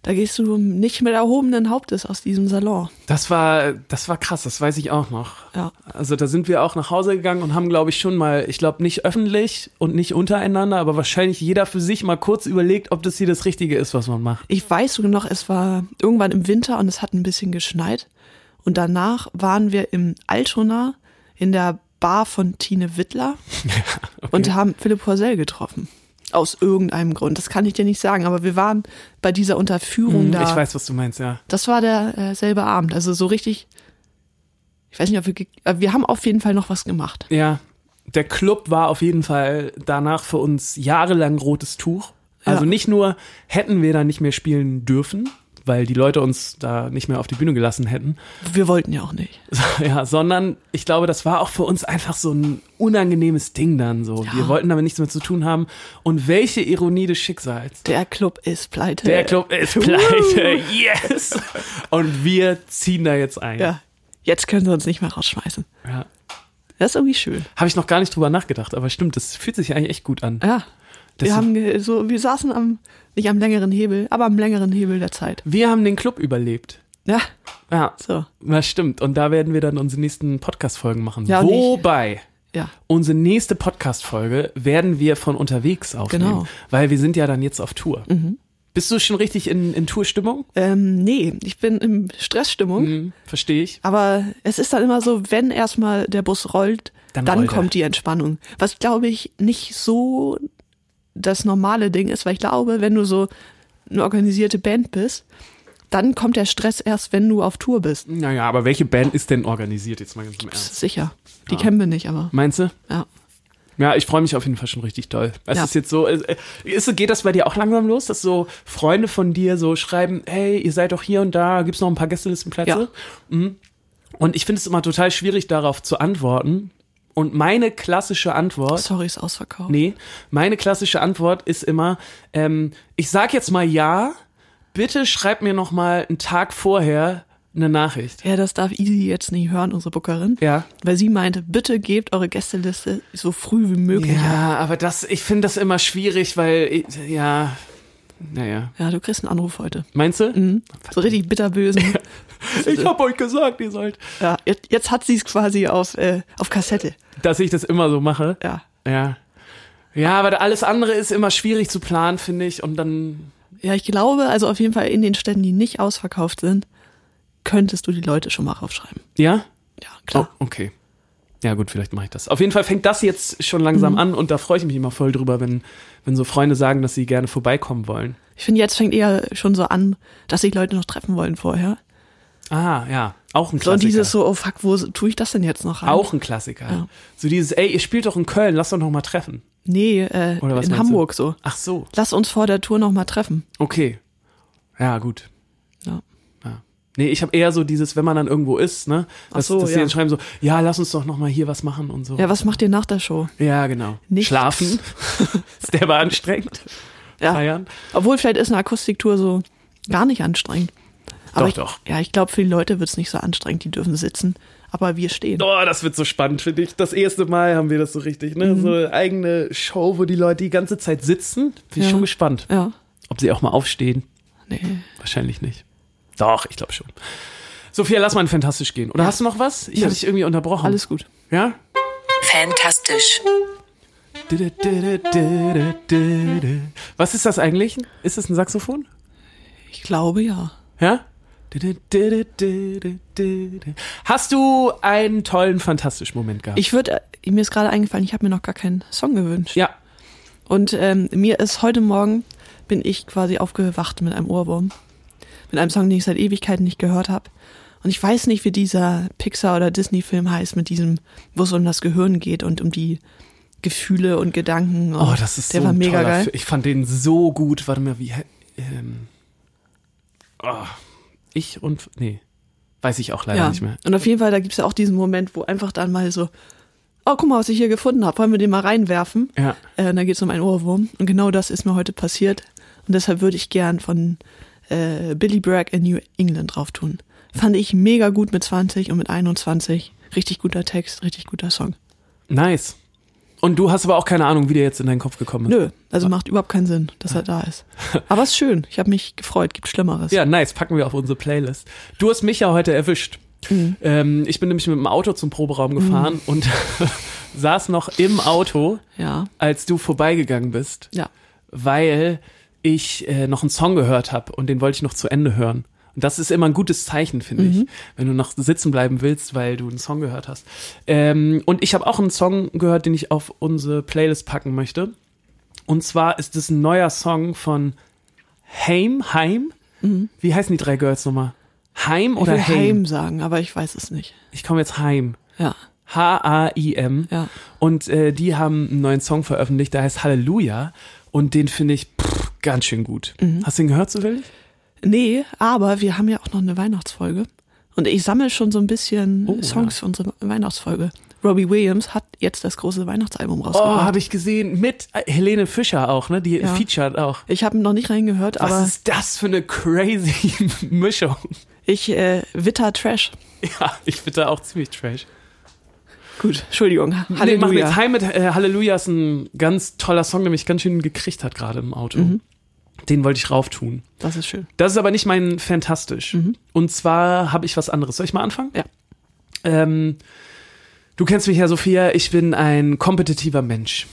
S3: da gehst du nicht mit erhobenen Hauptes aus diesem Salon.
S2: Das war, das war krass, das weiß ich auch noch.
S3: Ja.
S2: Also da sind wir auch nach Hause gegangen und haben, glaube ich, schon mal, ich glaube nicht öffentlich und nicht untereinander, aber wahrscheinlich jeder für sich mal kurz überlegt, ob das hier das Richtige ist, was man macht.
S3: Ich weiß sogar noch, es war irgendwann im Winter und es hat ein bisschen geschneit. Und danach waren wir im Altona in der Bar von Tine Wittler und haben Philipp Horsell getroffen. Aus irgendeinem Grund. Das kann ich dir nicht sagen, aber wir waren bei dieser Unterführung Hm, da.
S2: Hm, Ich weiß, was du meinst, ja.
S3: Das war der äh, selbe Abend. Also so richtig. Ich weiß nicht, ob wir. ge- äh, Wir haben auf jeden Fall noch was gemacht.
S2: Ja, der Club war auf jeden Fall danach für uns jahrelang rotes Tuch. Also
S3: Ja.
S2: nicht nur hätten wir da nicht mehr spielen dürfen, weil die Leute uns da nicht mehr auf die Bühne gelassen hätten,
S3: Wir wollten ja auch nicht.
S2: ja, sondern ich glaube, das war auch für uns einfach so ein unangenehmes Ding dann so. Wir wollten damit nichts mehr zu tun haben. Und welche Ironie des Schicksals.
S3: Der Club ist pleite.
S2: Der Club ist pleite, yes! Und wir ziehen da jetzt ein.
S3: Ja. Jetzt können sie uns nicht mehr rausschmeißen.
S2: Ja.
S3: Das ist irgendwie schön.
S2: Habe ich noch gar nicht drüber nachgedacht, aber stimmt, das fühlt sich eigentlich echt gut an.
S3: Ja.
S2: Das
S3: Äh, wir
S2: ist-
S3: haben ge- so, wir saßen am, nicht am längeren Hebel, aber am längeren Hebel der Zeit.
S2: Wir haben den Club überlebt.
S3: Ja,
S2: Ja,
S3: so,
S2: das stimmt. Und da werden wir dann unsere nächsten Podcast-Folgen machen.
S3: Ja, und ich-
S2: Wobei,
S3: ja.
S2: unsere nächste Podcast-Folge werden wir von unterwegs aufnehmen.
S3: Genau.
S2: Weil wir sind ja dann jetzt auf Tour. Bist du schon richtig in, in Tourstimmung?
S3: Ähm, nee, ich bin in Stressstimmung,
S2: Mhm. Verstehe ich.
S3: aber es ist dann immer so, wenn erstmal der Bus rollt,
S2: Dann
S3: dann,
S2: rollt er.
S3: kommt die Entspannung. Was glaube ich nicht so das normale Ding ist, weil ich glaube, wenn du so eine organisierte Band bist, dann kommt der Stress erst, wenn du auf Tour bist.
S2: Naja, aber welche Band ist denn organisiert? Jetzt mal ganz im Ernst.
S3: Sicher. Die kennen wir nicht, aber
S2: Meinst du?
S3: ja.
S2: Ja, ich freue mich auf jeden Fall schon richtig doll. Es
S3: Ja.
S2: ist jetzt so, äh, ist, geht das bei dir auch langsam los, dass so Freunde von dir so schreiben, hey, ihr seid doch hier und da, gibt's noch ein paar Gästelistenplätze?
S3: Ja.
S2: Mhm. Und ich finde es immer total schwierig, darauf zu antworten. Und meine klassische Antwort
S3: Sorry, ist ausverkauft.
S2: Nee, meine klassische Antwort ist immer, ähm, ich sag jetzt mal ja, bitte schreib mir noch mal einen Tag vorher eine Nachricht.
S3: Ja, das darf Easy jetzt nicht hören, unsere Bookerin.
S2: Ja.
S3: Weil sie meinte, bitte gebt eure Gästeliste so früh wie möglich. ab.
S2: Ja, aber das, ich finde das immer schwierig, weil, ich- ja, naja.
S3: ja, du kriegst einen Anruf heute. Mhm.
S2: Meinst du?
S3: So richtig bitterbösen.
S2: Ich hab euch gesagt, ihr sollt.
S3: ja, jetzt, jetzt hat sie es quasi auf, äh, auf Kassette.
S2: Dass ich das immer so mache.
S3: Ja.
S2: Ja. Ja, aber alles andere ist immer schwierig zu planen, finde ich. Und dann,
S3: Ja, ich glaube, also auf jeden Fall in den Städten, die nicht ausverkauft sind, könntest du die Leute schon mal raufschreiben.
S2: ja?
S3: Ja, klar.
S2: Oh, okay. Ja, gut, vielleicht mache ich das. Auf jeden Fall fängt das jetzt schon
S3: Mhm.
S2: langsam an und da freue ich mich immer voll drüber, wenn, wenn so Freunde sagen, dass sie gerne vorbeikommen wollen.
S3: Ich finde, jetzt fängt eher schon so an, dass sich Leute noch treffen wollen vorher.
S2: Ah, ja. Auch ein
S3: So
S2: Klassiker.
S3: und dieses so, oh fuck, wo tue ich das denn jetzt noch rein?
S2: auch ein Klassiker.
S3: Ja.
S2: So dieses, ey, ihr spielt doch in Köln, lasst doch noch mal treffen.
S3: Nee, äh,
S2: Oder was meinst
S3: in
S2: du? Oh.
S3: Hamburg so.
S2: Ach so,
S3: Lass uns vor der Tour nochmal treffen.
S2: okay. Ja, gut.
S3: Ja.
S2: Ja. Nee, ich habe eher so dieses, wenn man dann irgendwo ist, ne? Dass,
S3: so,
S2: dass die
S3: ja.
S2: dann schreiben so, ja, lass uns doch noch mal hier was machen und so.
S3: Ja, was macht ihr nach der Show?
S2: Ja, genau.
S3: Nichts.
S2: Schlafen. ist der war anstrengend.
S3: Ja.
S2: Feiern.
S3: Obwohl, vielleicht ist eine Akustiktour so gar nicht anstrengend. Aber
S2: Doch,
S3: ich,
S2: doch.
S3: Ja, ich glaube, für die Leute wird es nicht so anstrengend. Die dürfen sitzen, aber wir stehen.
S2: Oh, das wird so spannend, finde ich. Das erste Mal haben wir das so richtig, ne? So
S3: Mhm.
S2: eine eigene Show, wo die Leute die ganze Zeit sitzen. Bin ich
S3: Ja.
S2: schon gespannt,
S3: Ja,
S2: ob sie auch mal aufstehen.
S3: nee.
S2: Wahrscheinlich nicht. Doch, ich glaube schon. Sophia, lass mal in Fantastisch gehen. Oder hast du noch was? Ich
S3: Nö.
S2: hatte dich irgendwie unterbrochen.
S3: Alles gut.
S2: Ja?
S1: Fantastisch.
S2: Was ist das eigentlich? Ist das ein Saxophon?
S3: Ich glaube ja.
S2: Ja? Hast du einen tollen Fantastisch-Moment gehabt?
S3: Ich würde, äh, mir ist gerade eingefallen, ich habe mir noch gar keinen Song gewünscht.
S2: ja.
S3: Und ähm, mir ist heute Morgen, bin ich quasi aufgewacht mit einem Ohrwurm. Mit einem Song, den ich seit Ewigkeiten nicht gehört habe. Und ich weiß nicht, wie dieser Pixar- oder Disney-Film heißt, mit diesem, wo es um das Gehirn geht und um die Gefühle und Gedanken. Und
S2: Oh, das ist
S3: der
S2: so
S3: war
S2: ein
S3: mega
S2: toller
S3: geil.
S2: Fi- Ich fand den so gut. Warte mal, wie. hä- Ähm, Ah, ich und. Nee. Weiß ich auch leider
S3: Ja.
S2: nicht mehr.
S3: Und auf jeden Fall, da gibt's ja auch diesen Moment, wo einfach dann mal so, oh, guck mal, was ich hier gefunden habe, wollen wir den mal reinwerfen?
S2: Ja.
S3: Äh, und dann geht's um einen Ohrwurm. Und genau das ist mir heute passiert. Und deshalb würde ich gern von äh, Billy Bragg in New England drauf tun. Fand ich mega gut mit 20 und mit 21. Richtig guter Text, richtig guter Song.
S2: Nice. Und du hast aber auch keine Ahnung, wie der jetzt in deinen Kopf gekommen ist.
S3: Nö, also macht überhaupt keinen Sinn, dass er da ist. Aber es ist schön. Ich habe mich gefreut. Gibt Schlimmeres.
S2: Ja, nice. Packen wir auf unsere Playlist. Du hast mich ja heute erwischt.
S3: Mhm.
S2: Ähm, ich bin nämlich mit dem Auto zum Proberaum gefahren und saß noch im Auto,
S3: Ja.
S2: als du vorbeigegangen bist,
S3: Ja.
S2: weil ich äh, noch einen Song gehört habe und den wollte ich noch zu Ende hören. Und das ist immer ein gutes Zeichen, finde
S3: Mhm.
S2: ich, wenn du noch sitzen bleiben willst, weil du einen Song gehört hast. Ähm, und ich habe auch einen Song gehört, den ich auf unsere Playlist packen möchte. Und zwar ist es ein neuer Song von Heim, Heim. Wie heißen die drei Girls nochmal? Heim
S3: Mhm. Ich
S2: oder
S3: will
S2: Heim?
S3: Heim sagen, aber ich weiß es nicht.
S2: Ich komme jetzt Heim.
S3: Ja.
S2: H-A-I-M.
S3: Ja.
S2: Und äh, die haben einen neuen Song veröffentlicht, der heißt Halleluja. Und den finde ich pff, ganz schön gut.
S3: Mhm.
S2: Hast du ihn gehört zufällig?
S3: Nee, aber wir haben ja auch noch eine Weihnachtsfolge. Und ich sammle schon so ein bisschen
S2: Oh,
S3: Songs für unsere Weihnachtsfolge. Robbie Williams hat jetzt das große Weihnachtsalbum
S2: Oh,
S3: rausgebracht.
S2: habe ich gesehen. Mit äh, Helene Fischer auch, ne? Die
S3: Ja.
S2: featured auch.
S3: ich habe noch nicht reingehört,
S2: Was
S3: aber
S2: ist das für eine crazy Mischung?
S3: ich äh, witter Trash.
S2: Ja, ich finde da auch ziemlich trash.
S3: Gut, Entschuldigung.
S2: Nee, machen wir
S3: Halleluja.
S2: jetzt Heim mit äh, Halleluja ist ein ganz toller Song, der mich ganz schön gekriegt hat gerade im Auto.
S3: Mhm.
S2: Den wollte ich rauftun.
S3: das ist schön.
S2: Das ist aber nicht mein Fantastisch. Und zwar habe ich was anderes. Soll ich mal anfangen?
S3: Mhm. Ja.
S2: Ähm, du kennst mich ja, Sophia. Ich bin ein kompetitiver Mensch.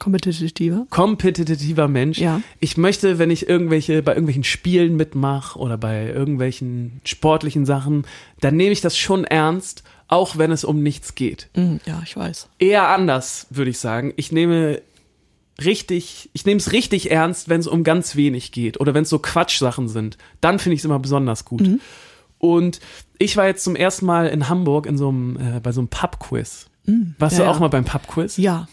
S3: Kompetitiver.
S2: Kompetitiver Mensch.
S3: Ja.
S2: Ich möchte, wenn ich irgendwelche, bei irgendwelchen Spielen mitmache oder bei irgendwelchen sportlichen Sachen, dann nehme ich das schon ernst, auch wenn es um nichts geht.
S3: Mhm, ja, ich weiß.
S2: Eher anders, würde ich sagen. Ich nehme richtig, ich nehme es richtig ernst, wenn es um ganz wenig geht oder wenn es so Quatschsachen sind. Dann finde ich es immer besonders gut.
S3: Mhm.
S2: Und ich war jetzt zum ersten Mal in Hamburg in so einem, äh, bei so einem Pub-Quiz. Warst
S3: Mhm. ja,
S2: du auch
S3: ja.
S2: mal beim Pub-Quiz?
S3: Ja,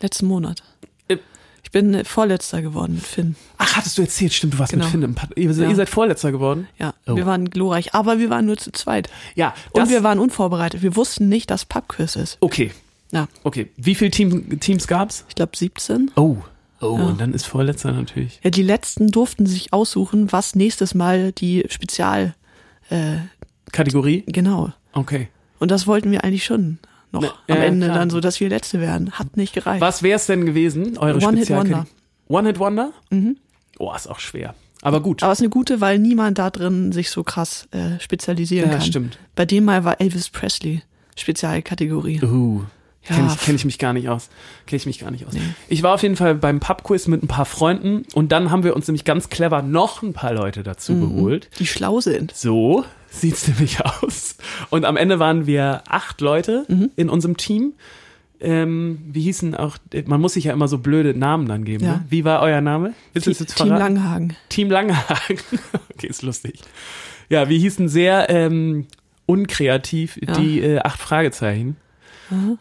S3: letzten Monat.
S2: Äh.
S3: Ich bin äh, Vorletzter geworden mit Finn.
S2: Ach, hattest du erzählt, stimmt, du warst
S3: Genau.
S2: mit Finn im Pub. Ihr,
S3: Ja.
S2: ihr seid Vorletzter geworden?
S3: Ja,
S2: Oh.
S3: wir waren glorreich, aber wir waren nur zu zweit.
S2: Ja,
S3: Und
S2: das-
S3: wir waren unvorbereitet. Wir wussten nicht, dass Pubquiz ist.
S2: Okay,
S3: Ja,
S2: okay. Wie viele Team, Teams gab's?
S3: ich glaube 17.
S2: Oh. Oh,
S3: Ah.
S2: und dann ist Vorletzter natürlich.
S3: Ja, die letzten durften sich aussuchen, was nächstes Mal die Spezial,
S2: Kategorie?
S3: genau.
S2: Okay.
S3: Und das wollten wir eigentlich schon noch
S2: Na, Ne,
S3: am
S2: ja,
S3: Ende
S2: klar.
S3: dann so, dass wir letzte werden. Hat nicht gereicht.
S2: Was wäre es denn gewesen, eure
S3: One Hit
S2: Spezialkategorie? One Hit Wonder? Mhm. Oh, ist auch schwer. Aber gut.
S3: Aber es ist eine gute, weil niemand da drin sich so krass äh, spezialisieren
S2: Ja,
S3: kann.
S2: stimmt.
S3: Bei dem mal war Elvis Presley Spezialkategorie.
S2: Uh,
S3: Ja.
S2: Kenne ich, kenn ich mich gar nicht aus. Kenne ich mich gar nicht aus. Ich war auf jeden Fall beim Pubquiz mit ein paar Freunden und dann haben wir uns nämlich ganz clever noch ein paar Leute dazu
S3: Mhm.
S2: geholt.
S3: Die schlau sind.
S2: So sieht's nämlich aus. Und am Ende waren wir acht Leute
S3: Mhm.
S2: in unserem Team. Ähm, wie hießen auch, man muss sich ja immer so blöde Namen dann geben.
S3: Ja.
S2: Ne? Wie war euer Name? Willst du es jetzt
S3: Team
S2: verraten?
S3: Langhagen.
S2: Team Langhagen. okay, ist lustig. Ja, wir hießen sehr ähm, unkreativ die äh, acht Fragezeichen.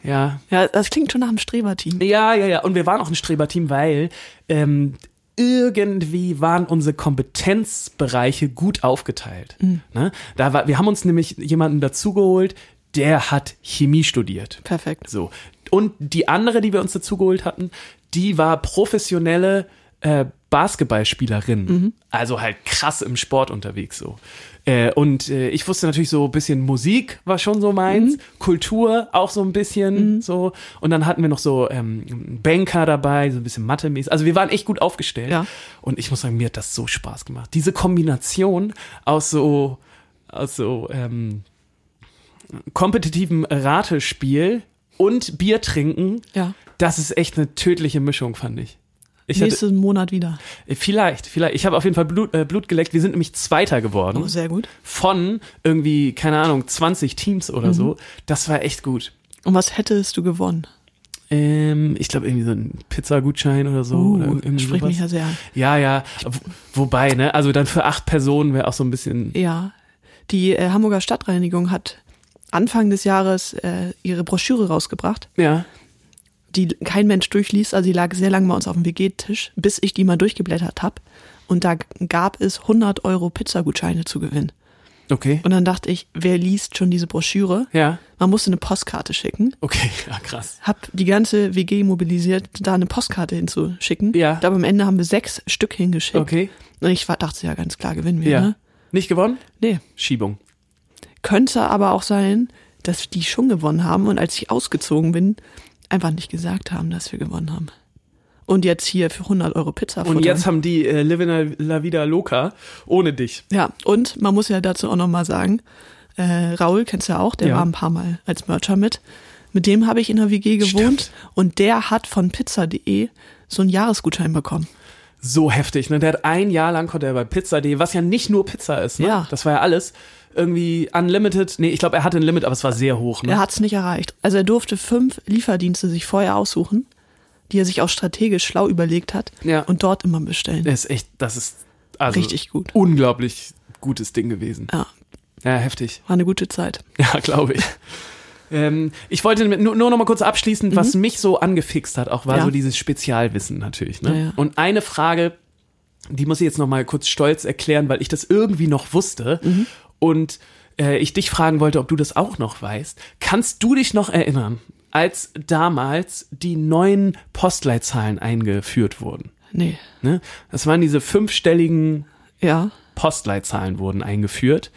S2: Ja.
S3: Ja, das klingt schon nach einem Streberteam.
S2: Ja, ja, ja. Und wir waren auch ein Streberteam, weil ähm, irgendwie waren unsere Kompetenzbereiche gut aufgeteilt. Ne? Da war, wir haben uns nämlich jemanden dazugeholt, der hat Chemie studiert.
S3: Perfekt.
S2: So. Und die andere, die wir uns dazugeholt hatten, die war professionelle äh, Basketballspielerin. Also halt krass im Sport unterwegs so. Äh, und äh, ich wusste natürlich so ein bisschen Musik war schon so meins, Kultur auch so ein bisschen so. Und dann hatten wir noch so ähm, einen Banker dabei, so ein bisschen Mathe-mäßig. Also wir waren echt gut aufgestellt.
S3: Ja.
S2: Und ich muss sagen, mir hat das so Spaß gemacht. Diese Kombination aus so, aus so, ähm, kompetitivem Ratespiel und Bier trinken,
S3: Ja.
S2: das ist echt eine tödliche Mischung, fand ich. Ich hatte, äh,
S3: Nächsten Monat wieder.
S2: vielleicht, vielleicht. Ich habe auf jeden Fall Blut, äh, Blut geleckt. Wir sind nämlich Zweiter geworden.
S3: Oh, sehr gut.
S2: von irgendwie, keine Ahnung, 20 Teams oder
S3: Mhm.
S2: so. Das war echt gut.
S3: Und was hättest du gewonnen?
S2: Ähm, ich glaube, irgendwie so ein Pizzagutschein oder so. oder
S3: Uh,
S2: irg- Oh, irgendwie
S3: spricht mich ja
S2: sowas.
S3: sehr an.
S2: ja, ja. Wo, wobei, ne? Also dann für acht Personen wäre auch so ein bisschen.
S3: Ja, die äh, Hamburger Stadtreinigung hat Anfang des Jahres äh, ihre Broschüre rausgebracht,
S2: Ja.
S3: die kein Mensch durchliest. Also die lag sehr lange bei uns auf dem WG-Tisch, bis ich die mal durchgeblättert habe. Und da g- gab es 100 Euro Pizzagutscheine zu gewinnen.
S2: Okay.
S3: Und dann dachte ich, wer liest schon diese Broschüre?
S2: Ja.
S3: Man musste eine Postkarte schicken.
S2: Okay. Ja, krass.
S3: Hab die ganze WG mobilisiert, da eine Postkarte hinzuschicken.
S2: Ja.
S3: Aber am Ende haben wir sechs Stück hingeschickt.
S2: Okay.
S3: Und ich war, dachte ja ganz klar, gewinnen wir.
S2: Ja.
S3: Ne?
S2: Nicht gewonnen?
S3: Nee.
S2: Schiebung.
S3: Könnte aber auch sein, dass die schon gewonnen haben und als ich ausgezogen bin, einfach nicht gesagt haben, dass wir gewonnen haben. Und jetzt hier für 100 Euro Pizza
S2: Und
S3: futtern.
S2: jetzt haben die äh, Living La Vida Loca ohne dich.
S3: Ja, und man muss ja dazu auch nochmal sagen, äh, Raul kennst du ja auch, der
S2: Ja.
S3: war ein paar Mal als Mercher mit. Mit dem habe ich in der WG gewohnt und der hat von pizza.de so einen Jahresgutschein bekommen.
S2: So heftig, ne? Der hat ein Jahr lang konnte er bei Pizza.de, was ja nicht nur Pizza ist, ne?
S3: Ja.
S2: Das war ja alles. Irgendwie unlimited. Nee, ich glaube, er hatte ein Limit, aber es war sehr hoch, ne?
S3: Er hat es nicht erreicht. Also er durfte fünf Lieferdienste sich vorher aussuchen, die er sich auch strategisch schlau überlegt hat
S2: Ja.
S3: und dort immer bestellen.
S2: Das ist echt, das ist also
S3: Richtig gut.
S2: Unglaublich gutes Ding gewesen.
S3: Ja,
S2: Ja, heftig.
S3: war eine gute Zeit.
S2: Ja, glaube ich. ähm, ich wollte mit- nur, nur noch mal kurz abschließen, was mich so angefixt hat, auch war
S3: Mhm. Ja.
S2: so dieses Spezialwissen natürlich. Ne?
S3: Ja, ja.
S2: Und eine Frage, die muss ich jetzt noch mal kurz stolz erklären, weil ich das irgendwie noch wusste
S3: Mhm.
S2: und äh, ich dich fragen wollte, ob du das auch noch weißt. Kannst du dich noch erinnern, als damals die neuen Postleitzahlen eingeführt wurden?
S3: Nee.
S2: Ne? Das waren diese fünfstelligen
S3: Ja.
S2: Postleitzahlen wurden eingeführt.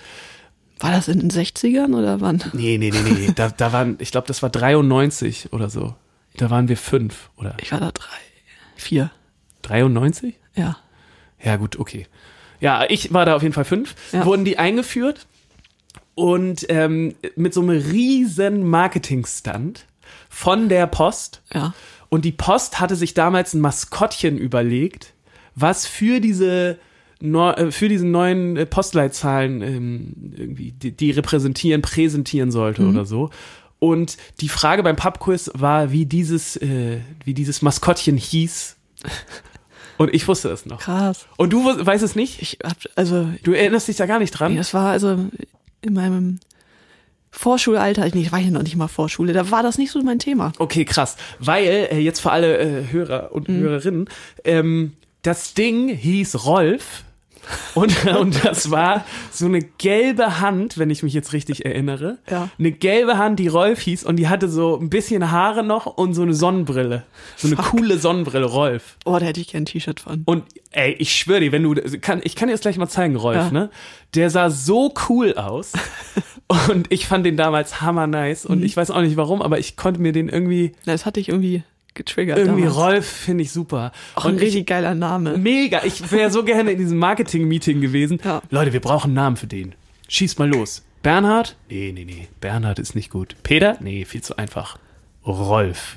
S3: War das in den 60ern oder wann?
S2: Nee, nee, nee, nee. Da, da waren, ich glaube, das war 93 oder so. Da waren wir fünf, oder?
S3: Ich war da drei. Vier.
S2: 93?
S3: Ja.
S2: Ja, gut, okay. Ja, ich war da auf jeden Fall fünf.
S3: Ja.
S2: Wurden die eingeführt und ähm, mit so einem riesen Marketingstand von der Post.
S3: Ja.
S2: Und die Post hatte sich damals ein Maskottchen überlegt, was für diese neu, äh, für diese neuen äh, Postleitzahlen ähm, irgendwie die, die repräsentieren, präsentieren sollte
S3: Mhm.
S2: oder so. Und die Frage beim Pubquiz war, wie dieses äh, wie dieses Maskottchen hieß. Und ich wusste es noch.
S3: Krass.
S2: Und du wus- weißt es nicht?
S3: Ich hab, also,
S2: Du erinnerst dich da gar nicht dran?
S3: Nee, das war also in meinem Vorschulalter, ich nee, ich war ja noch nicht mal Vorschule, da war das nicht so mein Thema.
S2: Okay, krass. Weil, äh, jetzt für alle äh, Hörer und Hörerinnen, ähm, das Ding hieß Rolf. Und, und das war so eine gelbe Hand, wenn ich mich jetzt richtig erinnere.
S3: Ja.
S2: Eine gelbe Hand, die Rolf hieß und die hatte so ein bisschen Haare noch und so eine Sonnenbrille. So eine coole Sonnenbrille, Rolf.
S3: Oh, da hätte ich gern ein T-Shirt von.
S2: Und ey, ich schwöre dir, wenn du, kann, ich kann dir das gleich mal zeigen, Rolf,
S3: Ja.
S2: ne? Der sah so cool aus. und ich fand den damals hammer nice.
S3: Mhm.
S2: Und ich weiß auch nicht warum, aber ich konnte mir den irgendwie,
S3: Das hatte ich irgendwie getriggert.
S2: irgendwie
S3: damals.
S2: Rolf finde ich super.
S3: Auch ein
S2: und
S3: richtig geiler Name.
S2: mega. Ich wäre so gerne in diesem Marketing-Meeting gewesen.
S3: Ja.
S2: Leute, wir brauchen einen Namen für den. Schieß mal los. Bernhard? Nee, nee, nee. Bernhard ist nicht gut. Peter? Nee, viel zu einfach. Rolf.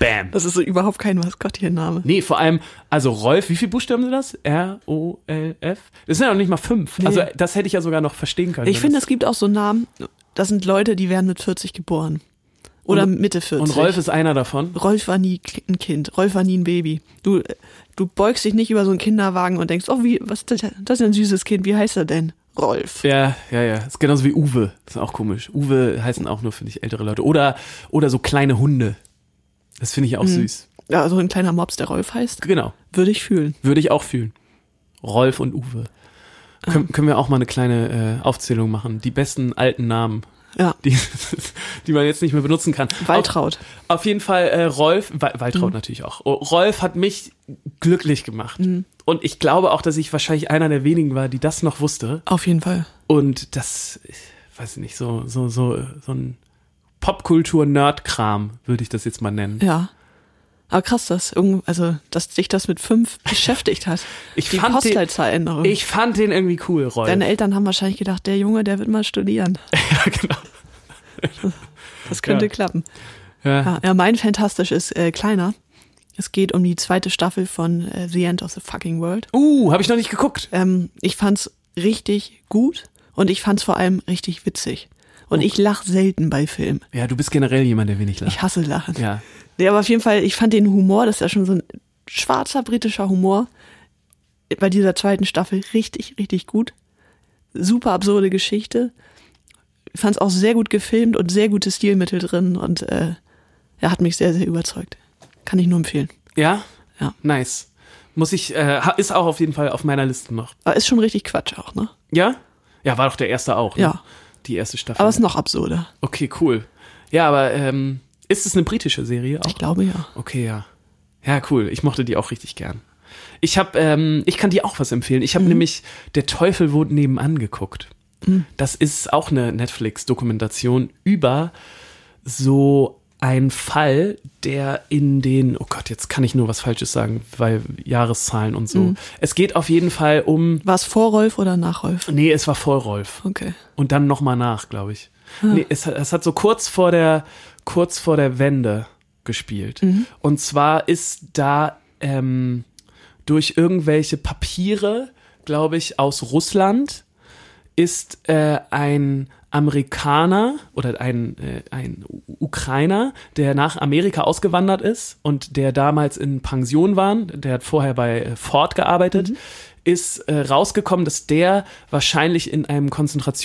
S2: Bam.
S3: Das ist so überhaupt kein Maskottchenname.
S2: Nee, vor allem, also Rolf, wie viele Buchstaben sind das? R-O-L-F? Das sind ja noch nicht mal fünf. Also das hätte ich ja sogar noch verstehen können.
S3: Ich
S2: wenn
S3: finde,
S2: das-
S3: es gibt auch so Namen, das sind Leute, die werden mit 40 geboren. Oder
S2: Und-
S3: Mitte 40.
S2: Und Rolf ist einer davon.
S3: Rolf war nie k- ein Kind, Rolf war nie ein Baby. Du, du beugst dich nicht über so einen Kinderwagen und denkst, oh, wie, was, ist das das ist ja ein süßes Kind, wie heißt er denn? Rolf.
S2: Ja, ja, ja. Ist genauso wie Uwe. Ist auch komisch. Uwe heißen auch nur, finde ich, ältere Leute. Oder, oder so kleine Hunde. Das finde
S3: Hm.
S2: ich auch süß.
S3: Ja, so ein kleiner Mops, der Rolf heißt,
S2: Genau.
S3: würde ich fühlen.
S2: Würde ich auch fühlen. Rolf und Uwe.
S3: Ah.
S2: Können, können wir auch mal eine kleine äh, Aufzählung machen? Die besten alten Namen,
S3: Ja.
S2: die, die man jetzt nicht mehr benutzen kann.
S3: Waltraud.
S2: Auf, auf jeden Fall äh, Rolf, Wa-
S3: Mhm.
S2: Waltraud natürlich auch. Oh, Rolf hat mich glücklich gemacht.
S3: Mhm.
S2: Und ich glaube auch, dass ich wahrscheinlich einer der wenigen war, die das noch wusste.
S3: Auf jeden Fall.
S2: Und das, ich weiß nicht, so, so, so, so ein Popkultur-Nerd-Kram würde ich das jetzt mal nennen.
S3: Ja. Aber krass, dass irgend, also, dass dich das mit fünf beschäftigt hat.
S2: Ich
S3: Die
S2: fand den-
S3: Postleitzahländerung.
S2: Ich fand den irgendwie cool, Rolf.
S3: Deine Eltern haben wahrscheinlich gedacht, der Junge, der wird mal studieren.
S2: ja, genau.
S3: Das könnte
S2: Ja.
S3: klappen.
S2: Ja.
S3: Ja, ja mein Fantastisch ist äh, kleiner. Es geht um die zweite Staffel von äh, The End of the Fucking World.
S2: Uh, habe ich noch nicht geguckt.
S3: Ähm, ich fand's richtig gut und ich fand's vor allem richtig witzig. Und ich lach selten bei Filmen.
S2: Ja, du bist generell jemand, der wenig lacht.
S3: Ich hasse Lachen.
S2: Ja.
S3: Nee, aber auf jeden Fall, ich fand den Humor, das ist ja schon so ein schwarzer britischer Humor, bei dieser zweiten Staffel richtig, richtig gut. Super absurde Geschichte. Ich fand es auch sehr gut gefilmt und sehr gute Stilmittel drin und äh, er hat mich sehr, sehr überzeugt. Kann ich nur empfehlen.
S2: Ja?
S3: Ja.
S2: Nice. Muss ich, äh, ha- ist auch auf jeden Fall auf meiner Liste noch.
S3: Aber ist schon richtig Quatsch auch, ne?
S2: Ja? Ja, war doch der erste auch. Ne?
S3: Ja.
S2: Die erste Staffel.
S3: Aber ist noch absurder.
S2: okay, cool. Ja, aber ähm, ist es eine britische Serie auch?
S3: Ich glaube ja.
S2: Okay, ja. Ja, cool. Ich mochte die auch richtig gern. Ich hab, ähm, ich kann dir auch was empfehlen. Ich habe
S3: Mhm.
S2: nämlich Der Teufel wohnt nebenan geguckt. Das ist auch eine Netflix-Dokumentation über so einen Fall, der in den, oh Gott, jetzt kann ich nur was Falsches sagen, weil Jahreszahlen und so.
S3: Mhm.
S2: Es geht auf jeden Fall um,
S3: War es vor Rolf oder nach Rolf?
S2: nee, es war vor Rolf.
S3: Okay.
S2: Und dann nochmal nach, glaube ich. Nee, es, hat- es hat so kurz vor der, kurz vor der Wende gespielt. Und zwar ist da ähm, durch irgendwelche Papiere, glaube ich, aus Russland, ist äh, ein Amerikaner oder ein, äh, ein U- Ukrainer, der nach Amerika ausgewandert ist und der damals in Pension war, der hat vorher bei äh, Ford gearbeitet, ist äh, rausgekommen, dass der wahrscheinlich in einem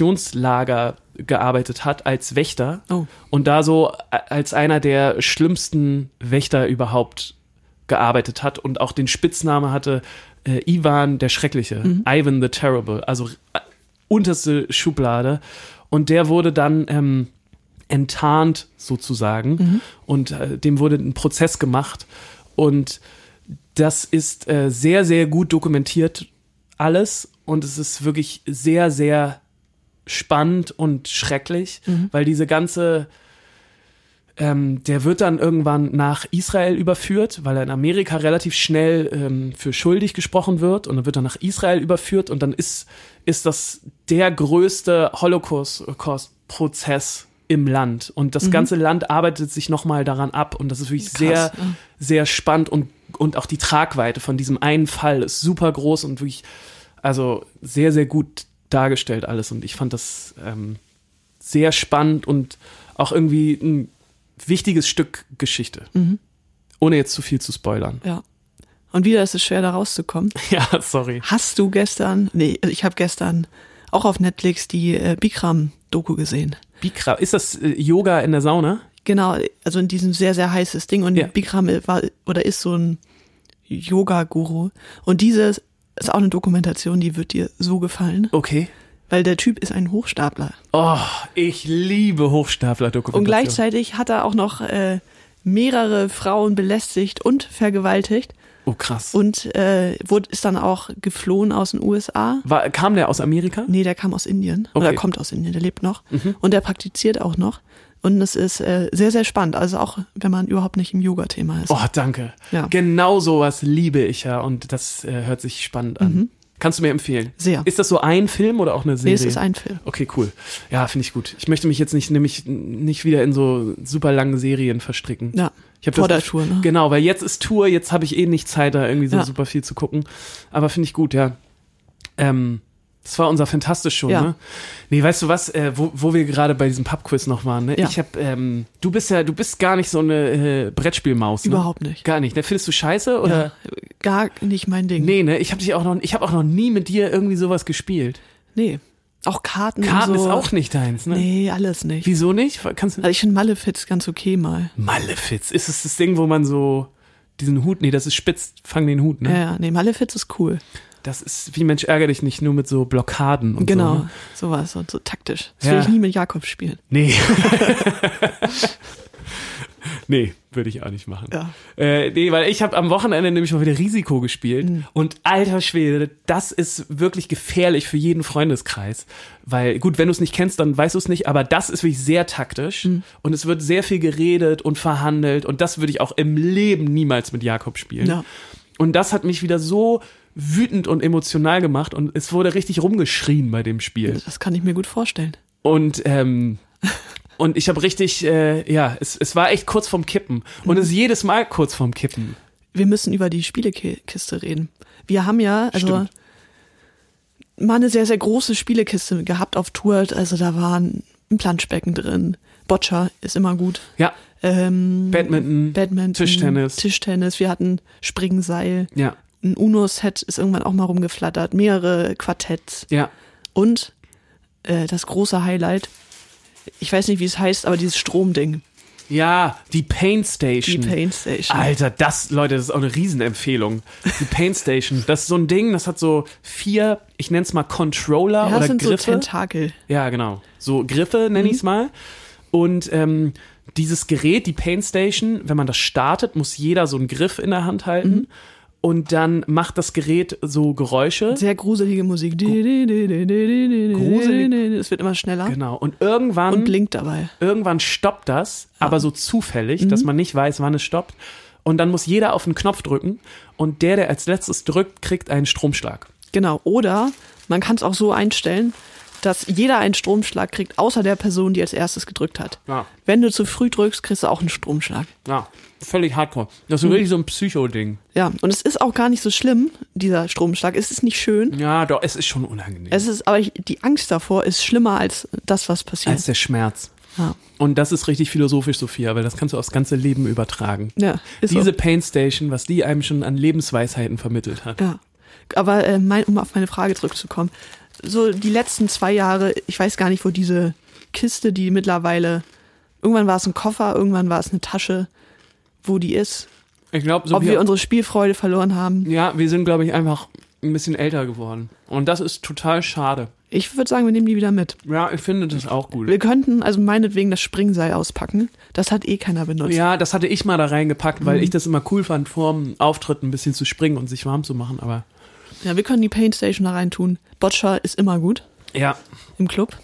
S2: Konzentrationslager gearbeitet hat als Wächter
S3: Oh.
S2: und da so a- als einer der schlimmsten Wächter überhaupt gearbeitet hat und auch den Spitznamen hatte äh, Ivan der Schreckliche, Ivan the Terrible, also äh, unterste Schublade. Und der wurde dann ähm, enttarnt sozusagen und äh, dem wurde ein Prozess gemacht und das ist äh, sehr, sehr gut dokumentiert alles und es ist wirklich sehr, sehr spannend und schrecklich,
S3: Mhm.
S2: weil diese ganze ähm, der wird dann irgendwann nach Israel überführt, weil er in Amerika relativ schnell ähm, für schuldig gesprochen wird und dann wird er nach Israel überführt und dann ist, ist das der größte Holocaust- Holocaust-Prozess im Land und
S3: Mhm.
S2: das ganze Land arbeitet sich nochmal daran ab und das ist wirklich sehr,
S3: Krass, ja.
S2: sehr spannend und, und auch die Tragweite von diesem einen Fall ist super groß und wirklich, also sehr, sehr gut dargestellt alles und ich fand das ähm, sehr spannend und auch irgendwie ein wichtiges Stück Geschichte.
S3: Mhm.
S2: Ohne jetzt zu viel zu spoilern.
S3: Ja. Und wieder ist es schwer, da rauszukommen.
S2: Ja, sorry.
S3: Hast du gestern, nee, also ich habe gestern auch auf Netflix die äh, Bikram-Doku gesehen.
S2: Bikram, ist das äh, Yoga in der Sauna?
S3: Genau, also in diesem sehr, sehr heißes Ding. Und
S2: Ja.
S3: Bikram war oder ist so ein Yoga-Guru. Und diese ist auch eine Dokumentation, die wird dir so gefallen,
S2: Okay.
S3: weil der Typ ist ein Hochstapler.
S2: Oh, ich liebe
S3: Und
S2: Hochstapler-Dokumentationen.
S3: gleichzeitig hat er auch noch äh, mehrere Frauen belästigt und vergewaltigt
S2: Oh, krass.
S3: und äh, wurde, ist dann auch geflohen aus den USA.
S2: War, kam der aus Amerika?
S3: Nee, der kam aus Indien. Oder
S2: Okay. Mhm.
S3: kommt aus Indien, der lebt noch. Und der praktiziert auch noch. Und das ist äh, sehr, sehr spannend. Also auch, wenn man überhaupt nicht im Yoga-Thema ist.
S2: Oh, danke.
S3: Ja.
S2: Genau sowas liebe ich ja und das äh, hört sich spannend an. Kannst du mir empfehlen?
S3: Mhm. Sehr.
S2: Ist das so ein Film oder auch eine Serie?
S3: Nee, es ist ein Film.
S2: Okay, cool. Ja, finde ich gut. Ich möchte mich jetzt nicht nämlich nicht wieder in so super lange Serien verstricken.
S3: Ja.
S2: Ich hab
S3: Vor
S2: das-
S3: der Tour, ne?
S2: Genau, weil jetzt ist Tour, jetzt habe ich eh nicht Zeit, da irgendwie so
S3: Ja.
S2: super viel zu gucken. Aber finde ich gut, ja. Ähm, das war unser fantastisch schon,
S3: Ja.
S2: ne? Nee, weißt du was, äh, wo, wo wir gerade bei diesem Pubquiz noch waren, ne?
S3: Ja.
S2: Ich hab, ähm, du bist ja, du bist gar nicht so eine äh, Brettspielmaus, ne?
S3: Überhaupt nicht.
S2: Gar nicht, ne? Findest du scheiße oder?
S3: Ja, gar nicht mein Ding.
S2: Nee, ne? Ich habe dich auch noch, ich habe auch noch nie mit dir irgendwie sowas gespielt.
S3: Nee. Auch Karten. und
S2: Karten
S3: so.
S2: ist auch nicht deins, ne?
S3: Nee, alles nicht.
S2: Wieso nicht? Kannst du
S3: Also ich finde Malefiz ganz okay mal.
S2: Malefiz, ist es das Ding, wo man so diesen Hut, nee, das ist spitz, fang den Hut, ne?
S3: Ja, ja, nee, Malefiz ist cool.
S2: Das ist wie Mensch ärger dich nicht nur mit so Blockaden und
S3: genau,
S2: so. Ne?
S3: sowas und so taktisch. Das
S2: Ja.
S3: will ich nie mit Jakob spielen.
S2: Nee. nee, würde ich auch nicht machen.
S3: Ja.
S2: Äh, nee, weil ich habe am Wochenende nämlich mal wieder Risiko gespielt
S3: Hm.
S2: und alter Schwede, das ist wirklich gefährlich für jeden Freundeskreis, weil gut, wenn du es nicht kennst, dann weißt du es nicht, aber das ist wirklich sehr taktisch
S3: Hm.
S2: und es wird sehr viel geredet und verhandelt und das würde ich auch im Leben niemals mit Jakob spielen.
S3: Ja.
S2: Und das hat mich wieder so wütend und emotional gemacht und es wurde richtig rumgeschrien bei dem Spiel.
S3: Das kann ich mir gut vorstellen.
S2: Und ähm, und ich habe richtig, äh, ja, es, es war echt kurz vorm Kippen. Und
S3: Mhm.
S2: es ist jedes Mal kurz vorm Kippen.
S3: Wir müssen über die Spielekiste reden. Wir haben ja, also
S2: Stimmt.
S3: mal eine sehr, sehr große Spielekiste gehabt auf Tour. Also da waren ein Planschbecken drin. Boccia ist immer gut.
S2: Ja,
S3: Ähm,
S2: Badminton,
S3: Badminton,
S2: Tischtennis.
S3: Tischtennis. Wir hatten Springseil.
S2: ja,
S3: Ein Uno-Set ist irgendwann auch mal rumgeflattert. Mehrere Quartetts.
S2: ja.
S3: Und äh, das große Highlight, ich weiß nicht, wie es heißt, aber dieses Stromding,
S2: Ja, die Pain
S3: die
S2: Station.
S3: Pain Station.
S2: Alter, das, Leute, das ist auch eine Riesenempfehlung. Die Pain Station, das ist so ein Ding, das hat so vier, ich nenn's mal Controller
S3: ja,
S2: Ah, oder
S3: das sind so
S2: Griffe.
S3: Tentakel.
S2: Ja, genau. So Griffe nenne
S3: Mhm.
S2: ich's mal. Und ähm, dieses Gerät, die Pain Station, wenn man das startet, muss jeder so einen Griff in der Hand halten.
S3: Mhm.
S2: Und dann macht das Gerät so Geräusche.
S3: Sehr gruselige Musik.
S2: Gruselig?
S3: Gruselig. Es wird immer schneller
S2: Genau. Und irgendwann,
S3: und Ah. blinkt dabei.
S2: irgendwann stoppt das, aber so zufällig,
S3: Mhm.
S2: dass man nicht weiß, wann es stoppt. Und dann muss jeder auf einen Knopf drücken. Und der, der als letztes drückt, kriegt einen Stromschlag.
S3: Genau. Oder man kann es auch so einstellen, dass jeder einen Stromschlag kriegt, außer der Person, die als erstes gedrückt hat.
S2: Ja.
S3: Wenn du zu früh drückst, kriegst du auch einen Stromschlag.
S2: Ja, völlig hardcore. Das ist
S3: Mhm.
S2: wirklich so ein Psycho-Ding.
S3: Ja, und es ist auch gar nicht so schlimm, dieser Stromschlag. Es ist nicht schön.
S2: Ja, doch, es ist schon unangenehm.
S3: Es ist, aber ich, die Angst davor ist schlimmer als das, was passiert.
S2: als der Schmerz.
S3: ja.
S2: Und das ist richtig philosophisch, Sophia, weil das kannst du aufs ganze Leben übertragen.
S3: Ja, ist
S2: Diese
S3: so.
S2: Pain Station, was die einem schon an Lebensweisheiten vermittelt hat.
S3: Ja. Aber äh, mein, um auf meine Frage zurückzukommen, so die letzten zwei Jahre, ich weiß gar nicht, wo diese Kiste, die mittlerweile, irgendwann war es ein Koffer, irgendwann war es eine Tasche, wo die ist,
S2: Ich glaube,
S3: ob wir
S2: Sophia,
S3: unsere Spielfreude verloren haben.
S2: ja, wir sind, glaube ich, einfach ein bisschen älter geworden. Und das ist total schade.
S3: Ich würde sagen, wir nehmen die wieder mit.
S2: Ja, ich finde das auch gut.
S3: Wir könnten also meinetwegen das Springseil auspacken. Das hat eh keiner benutzt.
S2: Ja, das hatte ich mal da reingepackt, weil ich das immer cool fand, vor dem Auftritt ein bisschen zu springen und sich warm zu machen. Aber
S3: Ja, wir können die Paint Station da rein tun. Boccia ist immer gut
S2: ja,
S3: im Club.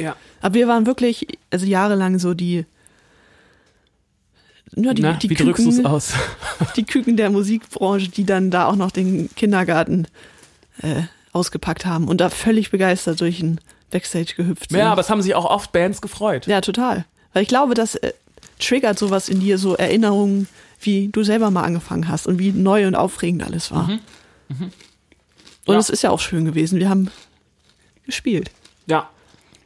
S2: ja.
S3: Aber wir waren wirklich, also jahrelang so die. Ja, die,
S2: Na,
S3: die
S2: wie
S3: Küken,
S2: drückst du es aus?
S3: die Küken der Musikbranche, die dann da auch noch den Kindergarten äh, ausgepackt haben und da völlig begeistert durch den Backstage gehüpft sind.
S2: ja, aber es haben sich auch oft Bands gefreut.
S3: ja, total. Weil ich glaube, das äh, triggert sowas in dir, so Erinnerungen, wie du selber mal angefangen hast und wie neu und aufregend alles war. Und
S2: Mhm. Ja.
S3: es ist ja auch schön gewesen. Wir haben gespielt.
S2: ja.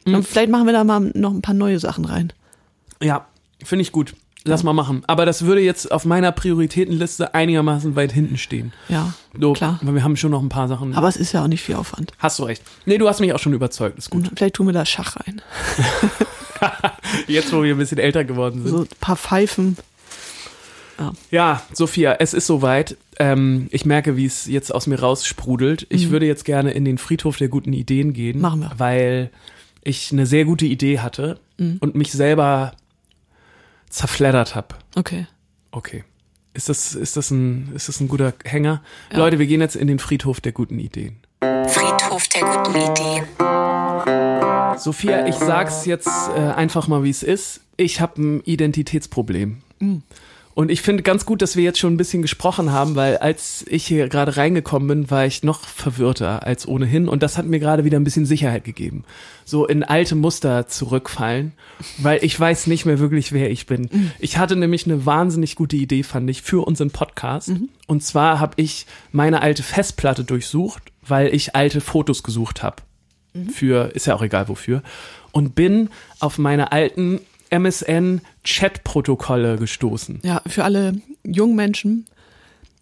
S2: Mhm.
S3: Und vielleicht machen wir da mal noch ein paar neue Sachen rein.
S2: Ja, finde ich gut. Lass mal machen. Aber das würde jetzt auf meiner Prioritätenliste einigermaßen weit hinten stehen.
S3: Ja,
S2: So,
S3: klar.
S2: Weil wir haben schon noch ein paar Sachen.
S3: Aber es ist ja auch nicht viel Aufwand.
S2: hast du recht. Nee, du hast mich auch schon überzeugt. Ist gut.
S3: Und vielleicht tun wir da Schach rein.
S2: Jetzt, wo wir ein bisschen älter geworden sind.
S3: So ein paar Pfeifen.
S2: Ja, Sophia, es ist soweit. Ähm, ich merke, wie es jetzt aus mir raussprudelt. Ich würde jetzt gerne in den Friedhof der guten Ideen gehen.
S3: Mhm. Machen wir.
S2: Weil ich eine sehr gute Idee hatte
S3: Mhm.
S2: und mich selber zerfleddert habe.
S3: Okay.
S2: Okay. Ist das, ist das, ein, ist das ein guter Hänger? Leute, wir gehen jetzt in den Friedhof der guten Ideen.
S1: Friedhof der guten Ideen.
S2: Sophia, ich sag's jetzt äh, einfach mal, wie es ist. Ich habe ein Identitätsproblem. Und ich finde ganz gut, dass wir jetzt schon ein bisschen gesprochen haben, weil als ich hier gerade reingekommen bin, war ich noch verwirrter als ohnehin. Und das hat mir gerade wieder ein bisschen Sicherheit gegeben. So in alte Muster zurückfallen, weil ich weiß nicht mehr wirklich, wer ich bin. Ich hatte nämlich eine wahnsinnig gute Idee, fand ich, für unseren Podcast. Und zwar habe ich meine alte Festplatte durchsucht, weil ich alte Fotos gesucht habe für, ist ja auch egal wofür, und bin auf meine alten MSN-Chat-Protokolle gestoßen.
S3: Ja, für alle jungen Menschen,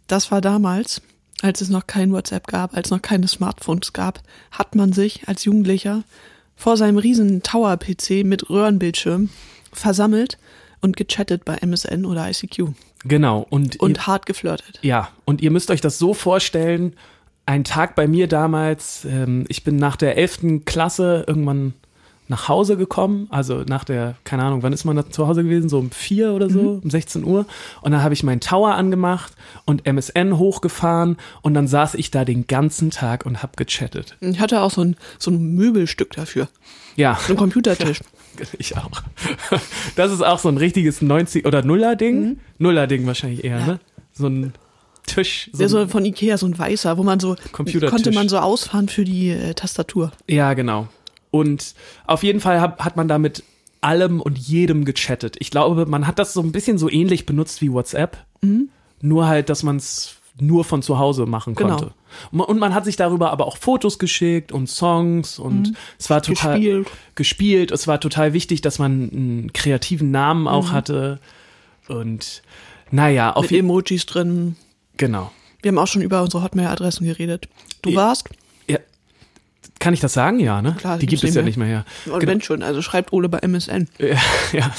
S3: das war damals, als es noch kein WhatsApp gab, als es noch keine Smartphones gab, hat man sich als Jugendlicher vor seinem riesen Tower-PC mit Röhrenbildschirm versammelt und gechattet bei MSN oder ICQ
S2: Genau. Und,
S3: und hart geflirtet.
S2: ihr, ja, und ihr müsst euch das so vorstellen, ein Tag bei mir damals, ähm, ich bin nach der 11. Klasse irgendwann nach Hause gekommen, also nach der, keine Ahnung, wann ist man da zu Hause gewesen, so um 4 oder so, um 16 Uhr. Und dann habe ich meinen Tower angemacht und MSN hochgefahren und dann saß ich da den ganzen Tag und hab gechattet.
S3: Ich hatte auch so ein, so ein Möbelstück dafür,
S2: Ja.
S3: so einen Computertisch.
S2: Ich auch. Das ist auch so ein richtiges 90 oder Nuller-Ding.
S3: Mhm.
S2: Nuller-Ding wahrscheinlich eher, ne? So ein Tisch. So
S3: Ja,
S2: ein,
S3: so von Ikea, so ein weißer, wo man so,
S2: Computertisch.
S3: konnte man so ausfahren für die äh, Tastatur.
S2: ja, genau. Und auf jeden Fall hab, hat man da mit allem und jedem gechattet. Ich glaube, man hat das so ein bisschen so ähnlich benutzt wie WhatsApp.
S3: Mhm.
S2: Nur halt, dass man es nur von zu Hause machen
S3: Genau.
S2: konnte. Und man- Und man hat sich darüber aber auch Fotos geschickt und Songs und es war total
S3: Mhm. Gespielt.
S2: gespielt. Es war total wichtig, dass man einen kreativen Namen auch hatte. Und naja, auf
S3: Mhm. Mit
S2: jeden
S3: Emojis drin.
S2: Genau.
S3: Wir haben auch schon über unsere Hotmail-Adressen geredet. Du
S2: Ja.
S3: warst?
S2: Ja. Kann ich das sagen? Ja, ne?
S3: Klar,
S2: die gibt es ja nicht mehr, ja. Genau.
S3: Und wenn schon, also schreibt Ole bei MSN.
S2: Ja, ja.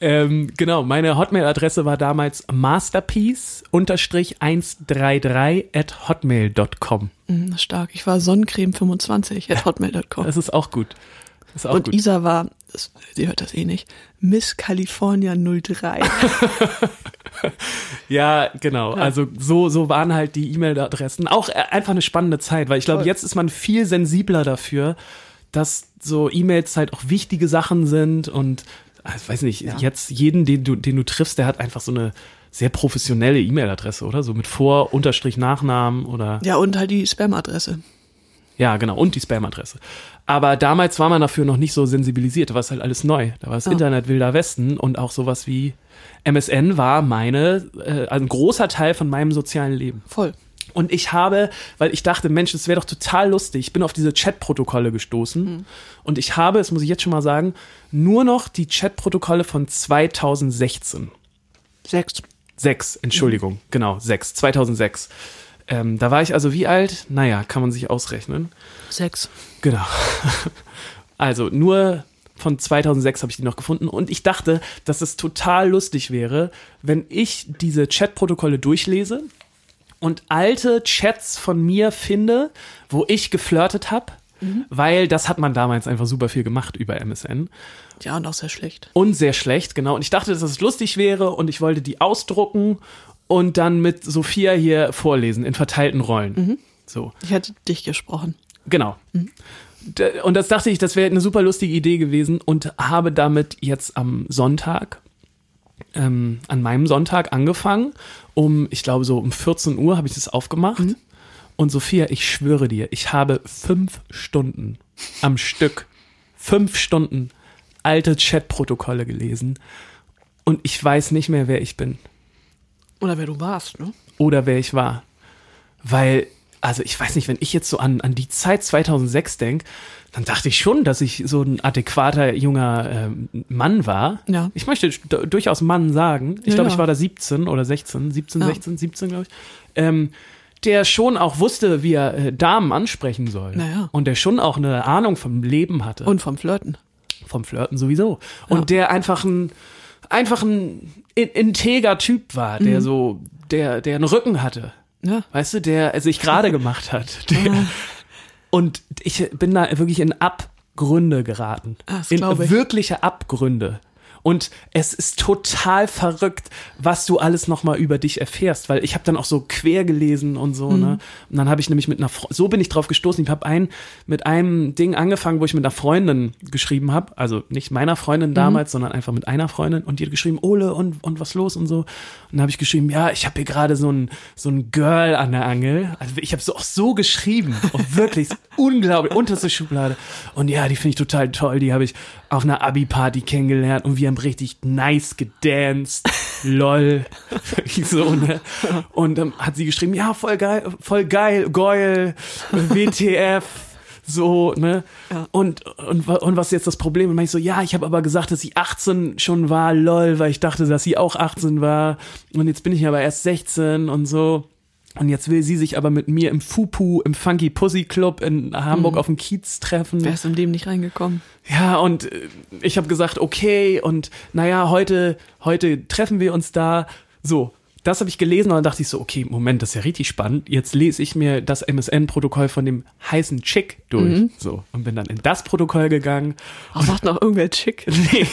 S2: Ähm, genau, meine Hotmail-Adresse war damals masterpiece-133 at hotmail.com.
S3: Mhm, stark. Ich war Sonnencreme25 at hotmail.com.
S2: Das ist auch gut. Das ist auch
S3: Und
S2: gut.
S3: Isa war, das, sie hört das eh nicht, Miss California 03.
S2: Ja, genau. Also so, so waren halt die E-Mail-Adressen. Auch äh, einfach eine spannende Zeit, weil ich glaube,
S3: Voll.
S2: jetzt ist man viel sensibler dafür, dass so E-Mails halt auch wichtige Sachen sind und ah, ich weiß nicht, jetzt jeden, den du, den du triffst, der hat einfach so eine sehr professionelle E-Mail-Adresse, oder? So mit Vor-, Unterstrich, Nachnamen oder.
S3: ja, und halt die Spam-Adresse.
S2: Ja, genau. Und die Spam-Adresse. Aber damals war man dafür noch nicht so sensibilisiert. Da war es halt alles neu. Da war das Internet wilder Westen und auch sowas wie MSN war meine, äh, ein großer Teil von meinem sozialen Leben.
S3: Voll.
S2: Und ich habe, weil ich dachte, Mensch, das wäre doch total lustig, ich bin auf diese Chatprotokolle gestoßen. Und ich habe, das muss ich jetzt schon mal sagen, nur noch die Chatprotokolle von 2016.
S3: Sechs.
S2: Sechs, Entschuldigung, genau, sechs, 2006. Ähm, da war ich also wie alt? Naja, kann man sich ausrechnen.
S3: Sechs.
S2: Genau. Also nur von 2006 habe ich die noch gefunden und ich dachte, dass es total lustig wäre, wenn ich diese Chatprotokolle durchlese und alte Chats von mir finde, wo ich geflirtet habe, weil das hat man damals einfach super viel gemacht über MSN
S3: Ja, und auch sehr schlecht.
S2: und sehr schlecht, genau. Und ich dachte, dass es lustig wäre und ich wollte die ausdrucken und dann mit Sophia hier vorlesen in verteilten Rollen. So.
S3: Ich hatte dich gesprochen.
S2: Genau. D- Und das dachte ich, das wäre eine super lustige Idee gewesen und habe damit jetzt am Sonntag, ähm, an meinem Sonntag angefangen. Um, ich glaube, so um 14 Uhr habe ich das aufgemacht. Und Sophia, ich schwöre dir, ich habe fünf Stunden am Stück, fünf Stunden alte Chatprotokolle gelesen. Und ich weiß nicht mehr, wer ich bin
S3: Oder wer du warst, ne?
S2: oder wer ich war. Weil, also ich weiß nicht, wenn ich jetzt so an, an die Zeit 2006 denke, dann dachte ich schon, dass ich so ein adäquater junger ähm, Mann war.
S3: Ja.
S2: Ich möchte d- durchaus Mann sagen. Ich
S3: Ja,
S2: glaube,
S3: ja.
S2: ich war da 17 oder 16, 17,
S3: Ja.
S2: 16, 17, glaube ich. Ähm, der schon auch wusste, wie er äh, Damen ansprechen soll.
S3: Na ja.
S2: Und der schon auch eine Ahnung vom Leben hatte
S3: Und vom Flirten.
S2: vom Flirten sowieso. Und der einfach ein, einfach ein in, integer Typ war, der
S3: Mhm.
S2: so, der, der einen Rücken hatte.
S3: Ja.
S2: Weißt du, der sich gerade gemacht hat.
S3: Ah.
S2: Der, und ich bin da wirklich in Abgründe geraten.
S3: Ah, das
S2: in
S3: glaub ich.
S2: wirkliche Abgründe. Und es ist total verrückt, was du alles nochmal über dich erfährst, weil ich habe dann auch so quer gelesen und so, ne? Und dann habe ich nämlich mit einer Fre so bin ich drauf gestoßen, ich habe ein mit einem Ding angefangen, wo ich mit einer Freundin geschrieben habe, also nicht meiner Freundin damals, sondern einfach mit einer Freundin und die hat geschrieben, Ole und und was los und so. Und dann habe ich geschrieben, ja, ich habe hier gerade so ein so ein Girl an der Angel. Also ich habe so auch so geschrieben, und wirklich ist unglaublich unterste Schublade. Und ja, die finde ich total toll, die habe ich auf einer Abi Party kennengelernt und wir haben richtig nice gedanced. Lol. Wirklich so, ne? Und ähm, hat sie geschrieben, ja, voll geil, voll geil, geil, WTF. So, ne?
S3: Ja.
S2: Und, und, wa- und was ist jetzt das Problem? Und meine ich so, ja, ich habe aber gesagt, dass sie 18 schon war, lol, weil ich dachte, dass sie auch 18 war. Und jetzt bin ich aber erst 16 und so. Und jetzt will sie sich aber mit mir im Fupu, im Funky Pussy Club in Hamburg auf dem Kiez treffen.
S3: Mhm. Wer ist im Leben nicht reingekommen?
S2: Ja, und äh, ich habe gesagt, okay, und naja, heute, heute treffen wir uns da. So, das habe ich gelesen und dann dachte ich so, okay, Moment, das ist ja richtig spannend. Jetzt lese ich mir das MSN-Protokoll von dem heißen Chick durch. So, und bin dann in das Protokoll gegangen.
S3: Oh, macht noch irgendwer schick.
S2: Nee.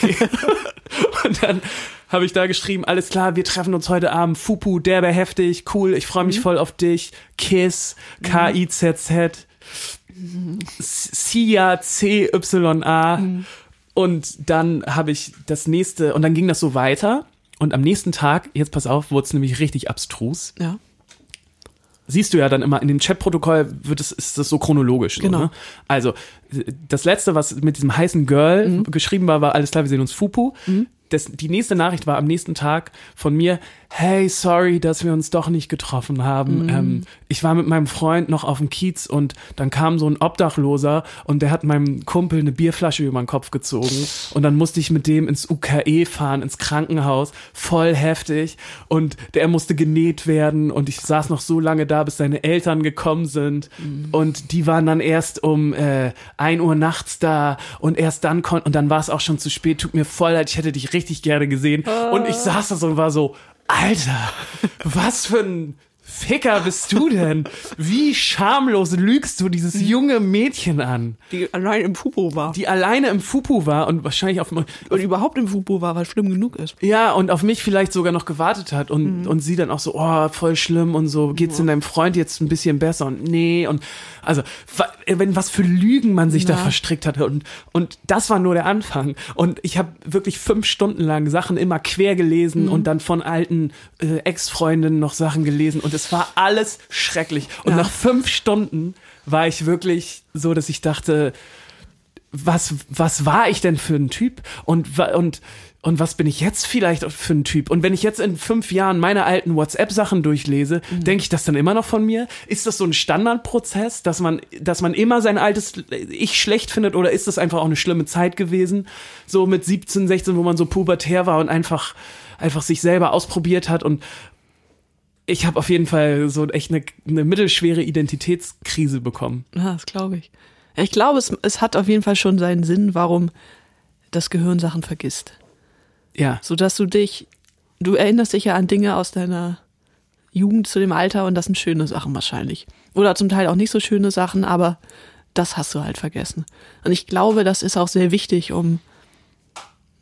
S2: und dann habe ich da geschrieben, alles klar, wir treffen uns heute Abend. Fupu, derbe heftig, cool, ich freue mich voll auf dich. Kiss, K-I-Z-Z, Sia, C-Y-A. Und dann habe ich das nächste, und dann ging das so weiter. Und am nächsten Tag, jetzt pass auf, wurde es nämlich richtig abstrus
S3: Ja.
S2: siehst du ja dann immer in dem Chatprotokoll wird es ist das so chronologisch
S3: Genau.
S2: so, ne? also das letzte was mit diesem heißen Girl geschrieben war war alles klar wir sehen uns Fupu das, die nächste Nachricht war am nächsten Tag von mir hey sorry dass wir uns doch nicht getroffen haben ähm, ich war mit meinem Freund noch auf dem Kiez und dann kam so ein Obdachloser und der hat meinem Kumpel eine Bierflasche über den Kopf gezogen und dann musste ich mit dem ins UKE fahren ins Krankenhaus voll heftig und der musste genäht werden und ich saß noch so lange da, bis seine Eltern gekommen sind und die waren dann erst um äh, 1 Uhr nachts da und erst dann konnten und dann war es auch schon zu spät, tut mir voll leid, ich hätte dich richtig gerne gesehen und ich saß da so und war so, Alter, was für ein Ficker bist du denn? Wie schamlos lügst du dieses junge Mädchen an,
S3: Die allein im Fubo war.
S2: Mhm. die alleine im Fupu war und wahrscheinlich auf dem
S3: und überhaupt im Fubo war, weil schlimm genug ist.
S2: ja, und auf mich vielleicht sogar noch gewartet hat
S3: Mhm.
S2: und, und sie dann auch so, oh, voll schlimm und so, geht's denn deinem Freund jetzt ein bisschen besser und nee und also, wa- wenn was für Lügen man sich da
S3: Ja.
S2: verstrickt hatte und, und das war nur der Anfang und ich habe wirklich fünf Stunden lang Sachen immer quer
S3: Mhm.
S2: gelesen und dann von alten äh, Ex-Freundinnen noch Sachen gelesen und es war alles schrecklich und
S3: Ja.
S2: nach fünf Stunden war ich wirklich so, dass ich dachte, was, was war ich denn für ein Typ? Und, wa- und, und was bin ich jetzt vielleicht für ein Typ? Und wenn ich jetzt in fünf Jahren meine alten WhatsApp-Sachen durchlese, denke ich das dann immer noch von mir? Ist das so ein Standardprozess, dass man, dass man immer sein altes Ich schlecht findet? Oder ist das einfach auch eine schlimme Zeit gewesen? So mit 17, 16, wo man so pubertär war und einfach, einfach sich selber ausprobiert hat und, ich habe auf jeden Fall so echt eine, eine mittelschwere Identitätskrise bekommen.
S3: Ja, das glaube ich. Ich glaube, es, es hat auf jeden Fall schon seinen Sinn, warum das Gehirn Sachen vergisst.
S2: Ja.
S3: Sodass du dich, du erinnerst dich ja an Dinge aus deiner Jugend zu dem Alter und das sind schöne Sachen wahrscheinlich. Oder zum Teil auch nicht so schöne Sachen, aber das hast du halt vergessen. Und ich glaube, das ist auch sehr wichtig, um,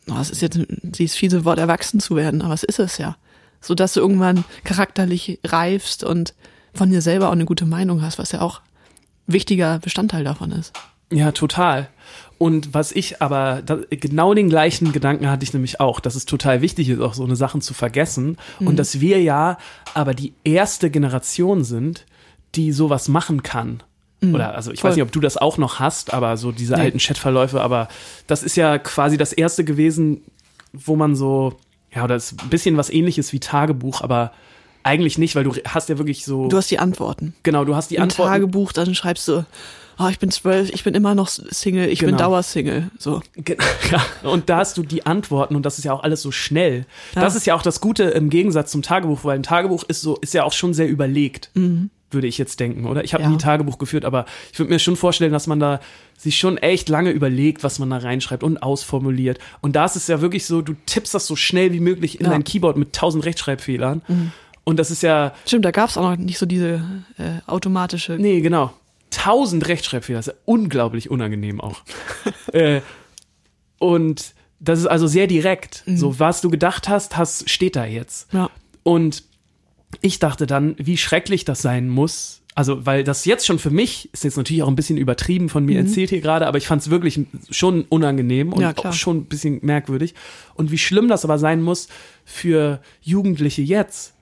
S3: oh, es ist jetzt dieses fiese Wort, erwachsen zu werden, aber es ist es ja. Sodass du irgendwann charakterlich reifst und von dir selber auch eine gute Meinung hast, was ja auch wichtiger Bestandteil davon ist.
S2: Ja, total. Und was ich aber, da, genau den gleichen Gedanken hatte ich nämlich auch, dass es total wichtig ist, auch so eine Sachen zu vergessen.
S3: Mhm.
S2: Und dass wir ja aber die erste Generation sind, die sowas machen kann. Oder, also ich
S3: Mhm. Voll.
S2: weiß nicht, ob du das auch noch hast, aber so diese
S3: Nee.
S2: alten Chatverläufe, aber das ist ja quasi das erste gewesen, wo man so, ja, oder ist ein bisschen was ähnliches wie Tagebuch, aber eigentlich nicht, weil du hast ja wirklich so,
S3: Du hast die Antworten.
S2: genau, du hast die
S3: Im
S2: Antworten
S3: Tagebuch, dann schreibst du, oh, ich bin zwölf, ich bin immer noch Single, ich bin
S2: Genau.
S3: Dauersingle. So.
S2: Genau. Ja. Und da hast du die Antworten und das ist ja auch alles so schnell.
S3: Ja.
S2: Das ist ja auch das Gute im Gegensatz zum Tagebuch, weil ein Tagebuch ist so, ist ja auch schon sehr überlegt, würde ich jetzt denken, oder? Ich habe
S3: Mhm. Ja.
S2: nie Tagebuch geführt, aber ich würde mir schon vorstellen, dass man da sich schon echt lange überlegt, was man da reinschreibt und ausformuliert. Und da ist es ja wirklich so, du tippst das so schnell wie möglich in
S3: Ja. Mhm.
S2: dein Keyboard mit tausend Rechtschreibfehlern. Und das ist ja,
S3: Stimmt, da gab's auch noch nicht so diese äh, automatische.
S2: Nee, genau. Tausend Rechtschreibfehler. Das ist ja unglaublich unangenehm auch. äh, und das ist also sehr direkt. So, was du gedacht hast, hast, steht da jetzt.
S3: Ja.
S2: Und ich dachte dann, wie schrecklich das sein muss. Also, weil das jetzt schon für mich ist jetzt natürlich auch ein bisschen übertrieben von mir erzählt hier gerade, aber ich fand es wirklich schon unangenehm und
S3: Mhm. Ja, klar.
S2: auch schon ein bisschen merkwürdig. Und wie schlimm das aber sein muss für Jugendliche jetzt,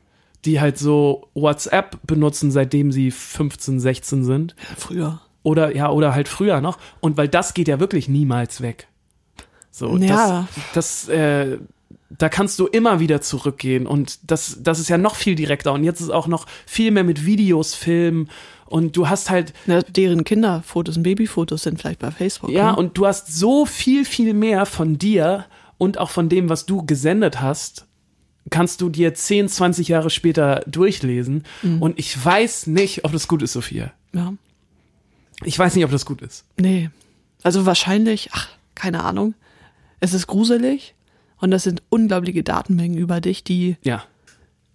S2: die halt so WhatsApp benutzen, seitdem sie 15, 16 sind.
S3: Früher.
S2: Oder ja, oder halt früher noch. Und weil das geht ja wirklich niemals weg. So,
S3: Ja.
S2: das, das äh, da kannst du immer wieder zurückgehen. Und das, das ist ja noch viel direkter. Und jetzt ist auch noch viel mehr mit Videos, Filmen. Und du hast halt,
S3: Na, deren Kinderfotos und Babyfotos sind vielleicht bei Facebook.
S2: ja,
S3: ne?
S2: und du hast so viel, viel mehr von dir und auch von dem, was du gesendet hast, kannst du dir 10, 20 Jahre später durchlesen. Und ich weiß nicht, ob das gut ist, Sophia.
S3: ne? ja.
S2: Ich weiß nicht, ob das gut ist.
S3: Nee. Also wahrscheinlich, ach, keine Ahnung. Es ist gruselig und das sind unglaubliche Datenmengen über dich, die
S2: Ja.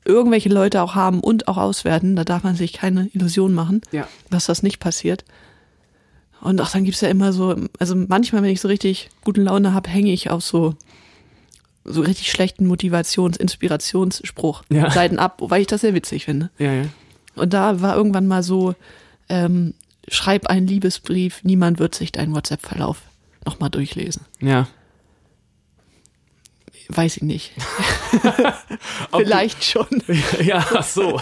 S3: irgendwelche Leute auch haben und auch auswerten. Da darf man sich keine Illusion machen,
S2: Ja.
S3: dass das nicht passiert. Und auch dann gibt's ja immer so, also manchmal, wenn ich so richtig gute Laune hab, hänge ich auf so, so richtig schlechten Motivations-, Inspirationsspruch
S2: Ja.
S3: Seiten ab, weil ich das sehr witzig finde.
S2: Ja, ja.
S3: Und da war irgendwann mal so, ähm, schreib einen Liebesbrief, niemand wird sich deinen WhatsApp-Verlauf nochmal durchlesen.
S2: Ja.
S3: Weiß ich nicht.
S2: Ob du-
S3: Vielleicht schon.
S2: Ja, ach so.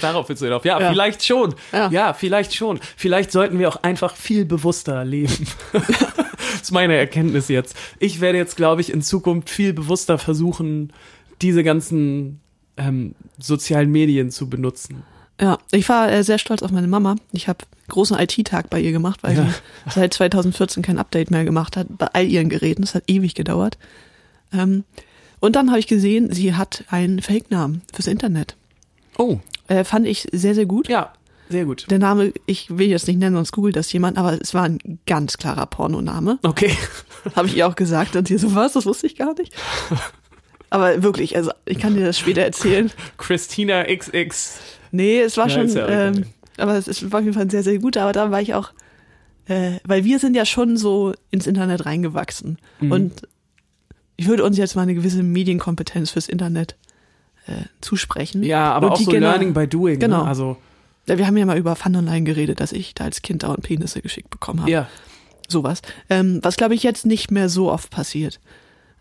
S2: Darauf willst du hinauf. Ja,
S3: Ja.
S2: vielleicht schon. Ja.
S3: Ja.
S2: vielleicht schon. Vielleicht sollten wir auch einfach viel bewusster leben. das ist meine Erkenntnis jetzt. Ich werde jetzt, glaube ich, in Zukunft viel bewusster versuchen, diese ganzen ähm, sozialen Medien zu benutzen.
S3: Ja, ich war äh, sehr stolz auf meine Mama. Ich habe großen IT-Tag bei ihr gemacht, weil
S2: Ja.
S3: sie seit 2014 kein Update mehr gemacht hat bei all ihren Geräten. Das hat ewig gedauert. Ähm, und dann habe ich gesehen, sie hat einen Fake-Namen fürs Internet.
S2: Oh,
S3: Äh, fand ich sehr, sehr gut.
S2: ja, sehr gut.
S3: Der Name, ich will jetzt nicht nennen, sonst googelt das jemand, aber es war ein ganz klarer Pornoname.
S2: Okay.
S3: Habe ich ihr auch gesagt und sie so, was, das wusste ich gar nicht. Aber wirklich, also ich kann dir das später erzählen.
S2: Christina XX.
S3: Nee, es war
S2: Ja,
S3: schon,
S2: ist ja auch egal.
S3: ähm, aber es ist, war auf jeden Fall ein sehr, sehr gut, aber da war ich auch, äh, weil wir sind ja schon so ins Internet reingewachsen
S2: Mhm.
S3: und ich würde uns jetzt mal eine gewisse Medienkompetenz fürs Internet äh, zusprechen.
S2: Ja, aber
S3: Und
S2: auch
S3: die
S2: so
S3: Gener-
S2: Learning by Doing.
S3: Genau.
S2: Ne? Also,
S3: Ja, wir haben ja mal über Fun Online geredet, dass ich da als Kind dauernd Penisse geschickt bekommen habe.
S2: ja.
S3: Sowas. Ähm, was, glaube ich, jetzt nicht mehr so oft passiert.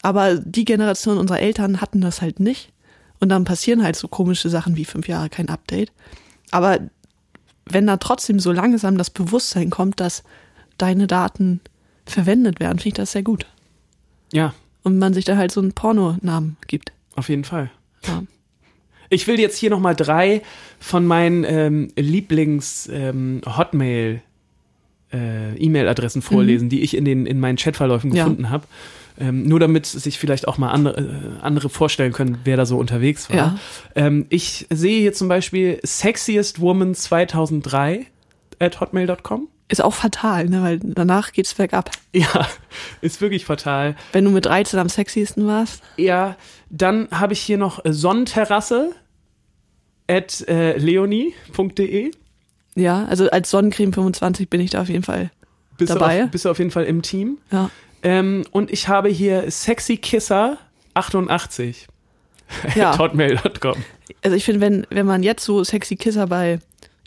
S3: Aber die Generation unserer Eltern hatten das halt nicht. Und dann passieren halt so komische Sachen wie fünf Jahre kein Update. Aber wenn da trotzdem so langsam das Bewusstsein kommt, dass deine Daten verwendet werden, finde ich das sehr gut.
S2: Ja,
S3: Und man sich da halt so einen Pornonamen gibt.
S2: auf jeden Fall.
S3: Ja.
S2: Ich will jetzt hier nochmal drei von meinen ähm, Lieblings-Hotmail-E-Mail-Adressen äh, vorlesen, die ich in, den, in meinen Chatverläufen
S3: Mhm. Ja.
S2: gefunden habe. Ähm, nur damit sich vielleicht auch mal andere, äh, andere vorstellen können, wer da so unterwegs war.
S3: Ja.
S2: Ähm, ich sehe hier zum Beispiel sexiestwoman2003 at hotmail.com.
S3: Ist auch fatal, ne? weil danach geht's bergab.
S2: Ja, ist wirklich fatal.
S3: Wenn du mit 13 am sexiesten warst,
S2: Ja, dann habe ich hier noch Sonnenterrasse at äh, leonie.de.
S3: ja, also als Sonnencreme 25 bin ich da auf jeden Fall
S2: Bist
S3: dabei.
S2: Du auf, bist du auf jeden Fall im Team.
S3: Ja.
S2: Ähm, und ich habe hier Sexy Kisser 88
S3: ja.
S2: hotmail.com.
S3: Also ich finde, wenn, wenn man jetzt so sexy Kisser bei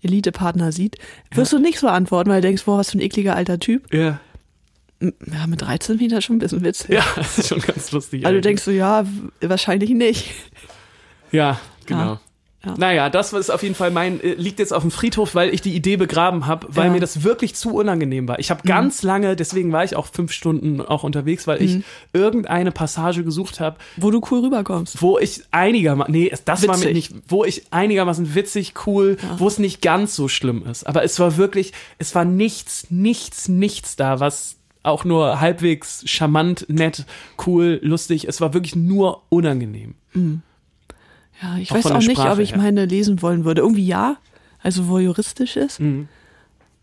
S3: Elite-Partner sieht, wirst du nicht so antworten, weil du denkst, boah, was für ein ekliger alter Typ.
S2: Ja.
S3: M- Ja, mit 13 finde ich das schon ein bisschen witzig.
S2: ja, das ist schon ganz lustig.
S3: Also du
S2: eigentlich.
S3: denkst so, ja, w- wahrscheinlich nicht.
S2: Ja, genau.
S3: Ja.
S2: Naja, das ist auf jeden Fall mein, äh, liegt jetzt auf dem Friedhof, weil ich die Idee begraben habe, weil
S3: Ja. Mhm.
S2: mir das wirklich zu unangenehm war. Ich habe ganz lange, deswegen war ich auch fünf Stunden auch unterwegs, weil
S3: Mhm.
S2: ich irgendeine Passage gesucht habe,
S3: Wo du cool rüberkommst.
S2: wo ich einigermaßen, nee, es- das war mir
S3: Witzig.
S2: nicht, wo ich einigermaßen witzig, cool, wo es nicht ganz so schlimm ist. Aber es war wirklich, es war nichts, nichts, nichts da, was auch nur halbwegs charmant, nett, cool, lustig. Es war wirklich nur unangenehm.
S3: Ja, ich
S2: Auch
S3: weiß
S2: von
S3: auch
S2: der
S3: nicht, ob
S2: Sprache
S3: ich
S2: her.
S3: meine lesen wollen würde. Irgendwie ja, also wo juristisch ist.
S2: Mhm.
S3: Ah.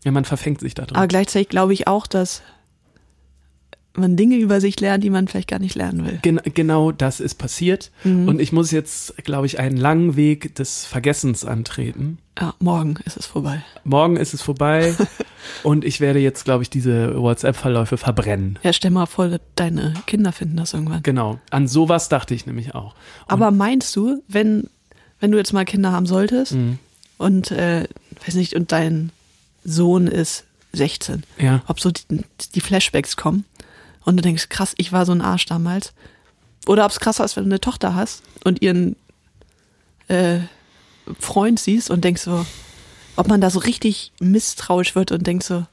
S2: Ja, man verfängt sich da drin.
S3: Aber gleichzeitig glaube ich auch, dass man Dinge über sich lernt, die man vielleicht gar nicht lernen will.
S2: Gen genau das ist passiert. Und ich muss jetzt, glaube ich, einen langen Weg des Vergessens antreten.
S3: Ja, morgen ist es vorbei.
S2: Morgen ist es vorbei und ich werde jetzt, glaube ich, diese WhatsApp-Verläufe verbrennen.
S3: Ja, stell mal vor, deine Kinder finden das irgendwann.
S2: Genau. An sowas dachte ich nämlich auch.
S3: Aber meinst du, wenn, wenn du jetzt mal Kinder haben solltest und äh, weiß nicht, und dein Sohn ist 16,
S2: Ja.
S3: ob so die, die Flashbacks kommen und du denkst, krass, ich war so ein Arsch damals. Oder ob es krasser ist, wenn du eine Tochter hast und ihren äh, Freund siehst und denkst so, ob man da so richtig misstrauisch wird und denkt so,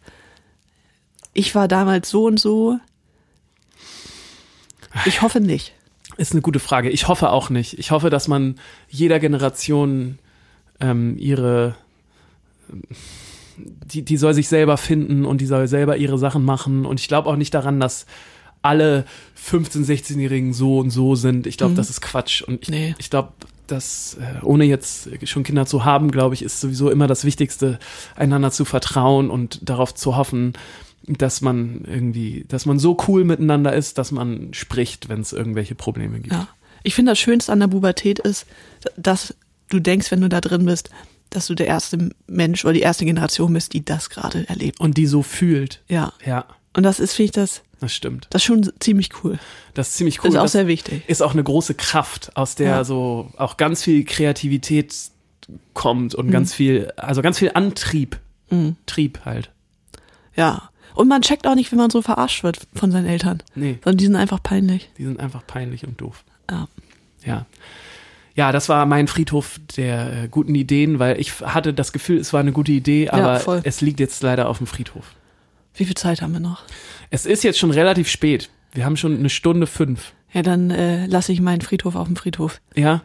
S3: ich war damals so und so. Ich hoffe nicht.
S2: Ist eine gute Frage. Ich hoffe auch nicht. Ich hoffe, dass man jeder Generation ähm, ihre. Die, die soll sich selber finden und die soll selber ihre Sachen machen. Und ich glaube auch nicht daran, dass alle 15-, 16-Jährigen so und so sind. Ich glaube, das ist Quatsch. Und ich,
S3: Nee.
S2: ich glaube, dass, äh, ohne jetzt schon Kinder zu haben, glaube ich, ist sowieso immer das Wichtigste, einander zu vertrauen und darauf zu hoffen, dass man irgendwie, dass man so cool miteinander ist, dass man spricht, wenn es irgendwelche Probleme gibt.
S3: Ja. Ich finde, das Schönste an der Pubertät ist, dass du denkst, wenn du da drin bist, dass du der erste Mensch oder die erste Generation bist, die das gerade erlebt.
S2: Und die so fühlt.
S3: Ja.
S2: Ja,
S3: Und das ist, finde ich, das,
S2: das stimmt.
S3: das ist schon ziemlich cool.
S2: Das ist ziemlich cool.
S3: Das ist auch
S2: das
S3: sehr wichtig.
S2: ist auch eine große Kraft, aus der
S3: Ja.
S2: so auch ganz viel Kreativität kommt und ganz
S3: Mhm.
S2: viel, also ganz viel Antrieb. Trieb halt.
S3: Ja. Und man checkt auch nicht, wenn man so verarscht wird von seinen Eltern.
S2: Nee,
S3: Sondern die sind einfach peinlich.
S2: die sind einfach peinlich und doof.
S3: Ja.
S2: Ja. Ja, das war mein Friedhof der äh, guten Ideen, weil ich hatte das Gefühl, es war eine gute Idee, aber
S3: voll.
S2: es liegt jetzt leider auf dem Friedhof.
S3: Wie viel Zeit haben wir noch?
S2: Es ist jetzt schon relativ spät. Wir haben schon eine Stunde fünf.
S3: Ja, dann äh, lasse ich meinen Friedhof auf dem Friedhof.
S2: Ja?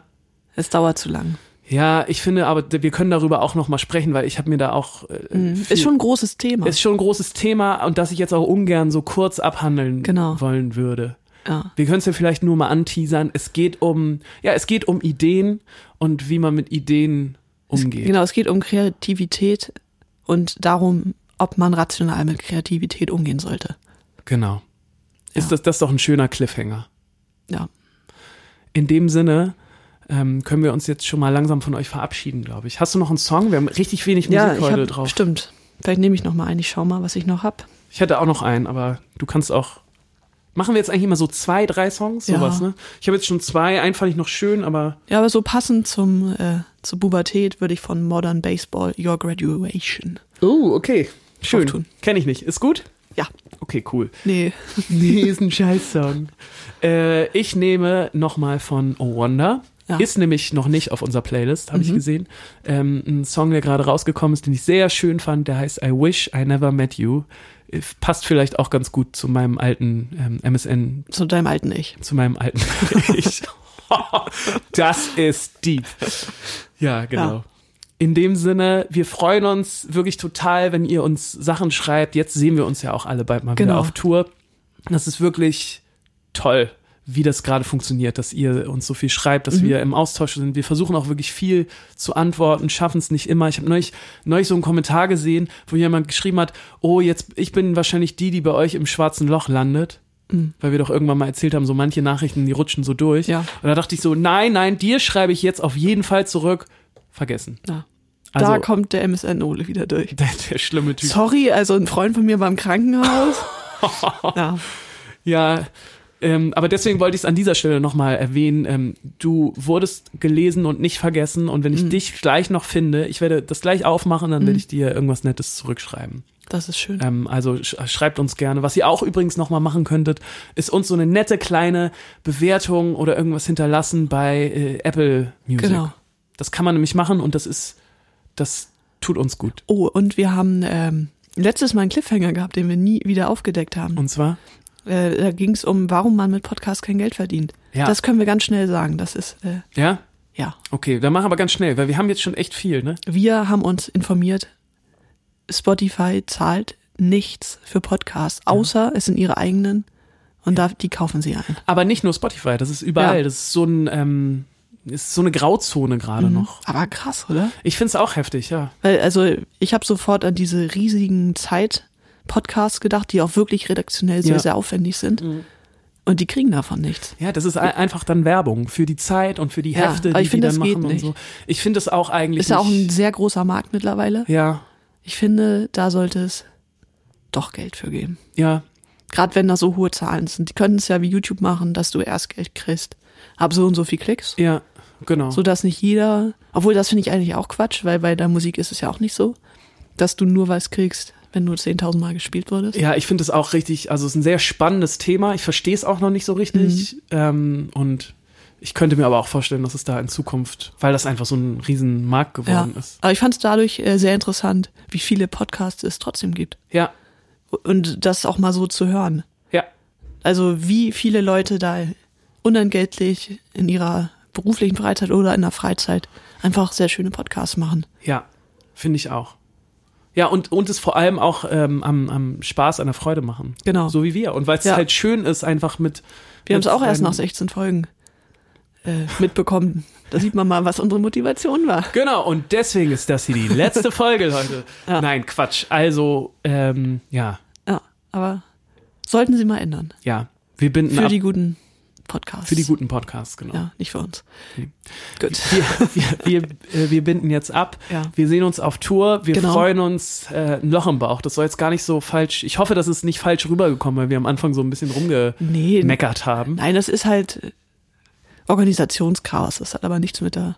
S3: Es dauert zu lang.
S2: Ja, ich finde, aber wir können darüber auch nochmal sprechen, weil ich habe mir da auch. Äh,
S3: Genau.
S2: viel-
S3: Ist schon ein großes Thema.
S2: ist schon ein großes Thema und das ich jetzt auch ungern so kurz abhandeln
S3: Genau.
S2: wollen würde.
S3: ja.
S2: Wir können es ja vielleicht nur mal anteasern. Es geht um, ja, es geht um Ideen und wie man mit Ideen umgeht.
S3: Genau, es geht um Kreativität und darum, ob man rational mit Kreativität umgehen sollte.
S2: Genau. Ist
S3: Ja.
S2: das, das ist doch ein schöner Cliffhanger.
S3: Ja.
S2: In dem Sinne ähm, können wir uns jetzt schon mal langsam von euch verabschieden, glaube ich. Hast du noch einen Song? Wir haben richtig wenig Musik heute drauf.
S3: Stimmt. Vielleicht nehme ich noch mal ein. Ich schau mal, was ich noch hab.
S2: Ich hätte auch noch einen, aber du kannst auch. Machen wir jetzt eigentlich immer so zwei, drei Songs,
S3: Ja.
S2: sowas, ne? Ich habe jetzt schon zwei, einen fand ich noch schön, aber
S3: Ja, aber so passend zum äh, zur Pubertät würde ich von Modern Baseball Your Graduation.
S2: Oh, okay. Schön.
S3: Auftun.
S2: Kenne ich nicht. Ist gut?
S3: Ja.
S2: Okay, cool.
S3: Nee.
S2: Nee, ist ein Scheiß-Song. äh, ich nehme nochmal von Oh Wonder.
S3: Ja.
S2: Ist nämlich noch nicht auf unserer Playlist, habe ich gesehen. Ähm, ein Song, der gerade rausgekommen ist, den ich sehr schön fand, der heißt I Wish I Never Met You. Äh, Passt vielleicht auch ganz gut zu meinem alten ähm, MSN,
S3: Zu deinem alten Ich.
S2: zu meinem alten Ich. das ist deep. Ja, genau.
S3: Ja.
S2: In dem Sinne, wir freuen uns wirklich total, wenn ihr uns Sachen schreibt. Jetzt sehen wir uns ja auch alle bald mal
S3: Genau.
S2: wieder auf Tour. Das ist wirklich toll, wie das gerade funktioniert, dass ihr uns so viel schreibt,
S3: Mhm.
S2: dass wir im Austausch sind. Wir versuchen auch wirklich viel zu antworten, schaffen es nicht immer. Ich habe neulich, neulich so einen Kommentar gesehen, wo jemand geschrieben hat, oh, jetzt, ich bin wahrscheinlich die, die bei euch im schwarzen Loch landet. Weil wir doch irgendwann mal erzählt haben, so manche Nachrichten, die rutschen so durch.
S3: Mhm. Ja.
S2: Und da dachte ich so, nein, nein, dir schreibe ich jetzt auf jeden Fall zurück. Vergessen.
S3: Ja.
S2: Also,
S3: da kommt der MSN Ole wieder durch.
S2: der, der schlimme Typ.
S3: Sorry, also ein Freund von mir war im Krankenhaus. ja.
S2: Ja, ähm, aber deswegen wollte ich es an dieser Stelle nochmal erwähnen. Ähm, du wurdest gelesen und nicht vergessen. Und
S3: Mhm.
S2: wenn ich dich gleich noch finde, ich werde das gleich aufmachen, dann werde ich dir irgendwas Nettes zurückschreiben.
S3: Das ist schön.
S2: Ähm, also sch schreibt uns gerne. Was ihr auch übrigens nochmal machen könntet, ist uns so eine nette kleine Bewertung oder irgendwas hinterlassen bei äh, Apple Music.
S3: Genau.
S2: Das kann man nämlich machen und das ist, das tut uns gut.
S3: Oh, und wir haben ähm, letztes Mal einen Cliffhanger gehabt, den wir nie wieder aufgedeckt haben.
S2: Und zwar,
S3: äh, da ging es um, warum man mit Podcast kein Geld verdient.
S2: Ja.
S3: Das können wir ganz schnell sagen. Das ist, äh,
S2: ja?
S3: ja.
S2: Okay, dann machen wir ganz schnell, weil wir haben jetzt schon echt viel, ne?
S3: Wir haben uns informiert, Spotify zahlt nichts für Podcasts, außer es sind ihre eigenen und da, die kaufen sie ein.
S2: Aber nicht nur Spotify, das ist überall.
S3: Ja.
S2: Das ist so ein, ähm, ist so eine Grauzone gerade
S3: Mhm.
S2: noch.
S3: Aber krass, oder?
S2: Ich find's auch heftig, ja.
S3: Weil, also ich habe sofort an diese riesigen Zeitproduktionen Podcasts gedacht, die auch wirklich redaktionell sehr,
S2: Ja.
S3: sehr aufwendig sind. Und die kriegen davon nichts.
S2: Ja, das ist ei- einfach dann Werbung für die Zeit und für die
S3: Ja,
S2: Hefte,
S3: aber
S2: die
S3: ich finde,
S2: die dann
S3: das geht
S2: machen und
S3: nicht.
S2: so. Ich finde das auch eigentlich
S3: Ist ja auch ein
S2: nicht,
S3: sehr großer Markt mittlerweile.
S2: ja,
S3: Ich finde, da sollte es doch Geld für geben.
S2: ja,
S3: Gerade wenn da so hohe Zahlen sind. Die könnten es ja wie YouTube machen, dass du erst Geld kriegst. Hab so und so viel Klicks.
S2: ja, genau.
S3: So dass nicht jeder, obwohl das finde ich eigentlich auch Quatsch, weil bei der Musik ist es ja auch nicht so, dass du nur was kriegst, wenn du 10.000 Mal gespielt wurdest.
S2: Ja, ich finde es auch richtig, also es ist ein sehr spannendes Thema. Ich verstehe es auch noch nicht so
S3: Mhm.
S2: richtig. Ähm, und ich könnte mir aber auch vorstellen, dass es da in Zukunft, weil das einfach so ein riesen Markt
S3: Ja.
S2: geworden ist.
S3: Aber ich fand es dadurch äh, sehr interessant, wie viele Podcasts es trotzdem gibt.
S2: Ja,
S3: Und das auch mal so zu hören.
S2: ja,
S3: Also wie viele Leute da unentgeltlich in ihrer beruflichen Freizeit oder in der Freizeit einfach sehr schöne Podcasts machen.
S2: ja, finde ich auch. Ja, und, und es vor allem auch ähm, am, am Spaß, an der Freude machen.
S3: Genau.
S2: So wie wir. Und weil es
S3: Ja.
S2: halt schön ist, einfach mit.
S3: Wir haben es auch erst nach
S2: nach
S3: 16 Folgen äh, mitbekommen. Da sieht man mal, was unsere Motivation war.
S2: Genau, und deswegen ist das hier die letzte Folge, Leute.
S3: Ja.
S2: Nein, Quatsch. Also, ähm, ja,
S3: Ja, aber sollten sie mal ändern.
S2: ja. Wir binden
S3: Für
S2: ab
S3: die guten Podcasts.
S2: für die guten Hm. Podcasts, genau.
S3: Ja, nicht für uns. Gut.
S2: Wir, wir, wir, äh, wir binden jetzt ab.
S3: Ja.
S2: Wir sehen uns auf Tour. Wir
S3: Genau.
S2: freuen uns. Äh, ein Loch im Bauch. Das soll jetzt gar nicht so falsch. Ich hoffe, das ist nicht falsch rübergekommen, weil wir am Anfang so ein bisschen
S3: Nee,
S2: rumgemeckert haben.
S3: nein, das ist halt Organisationschaos. Das hat aber nichts mit der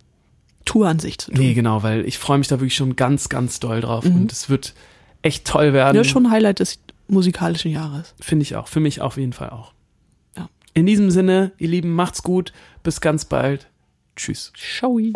S3: Tour an sich zu tun.
S2: Nee, genau, weil ich freue mich da wirklich schon ganz, ganz doll drauf. Und es wird echt toll werden.
S3: Nur Mhm. schon Highlight des musikalischen Jahres.
S2: Finde ich auch. Für mich auf jeden Fall auch.
S3: Ja.
S2: In diesem Sinne, ihr Lieben, macht's gut. Bis ganz bald. Tschüss.
S3: Showy.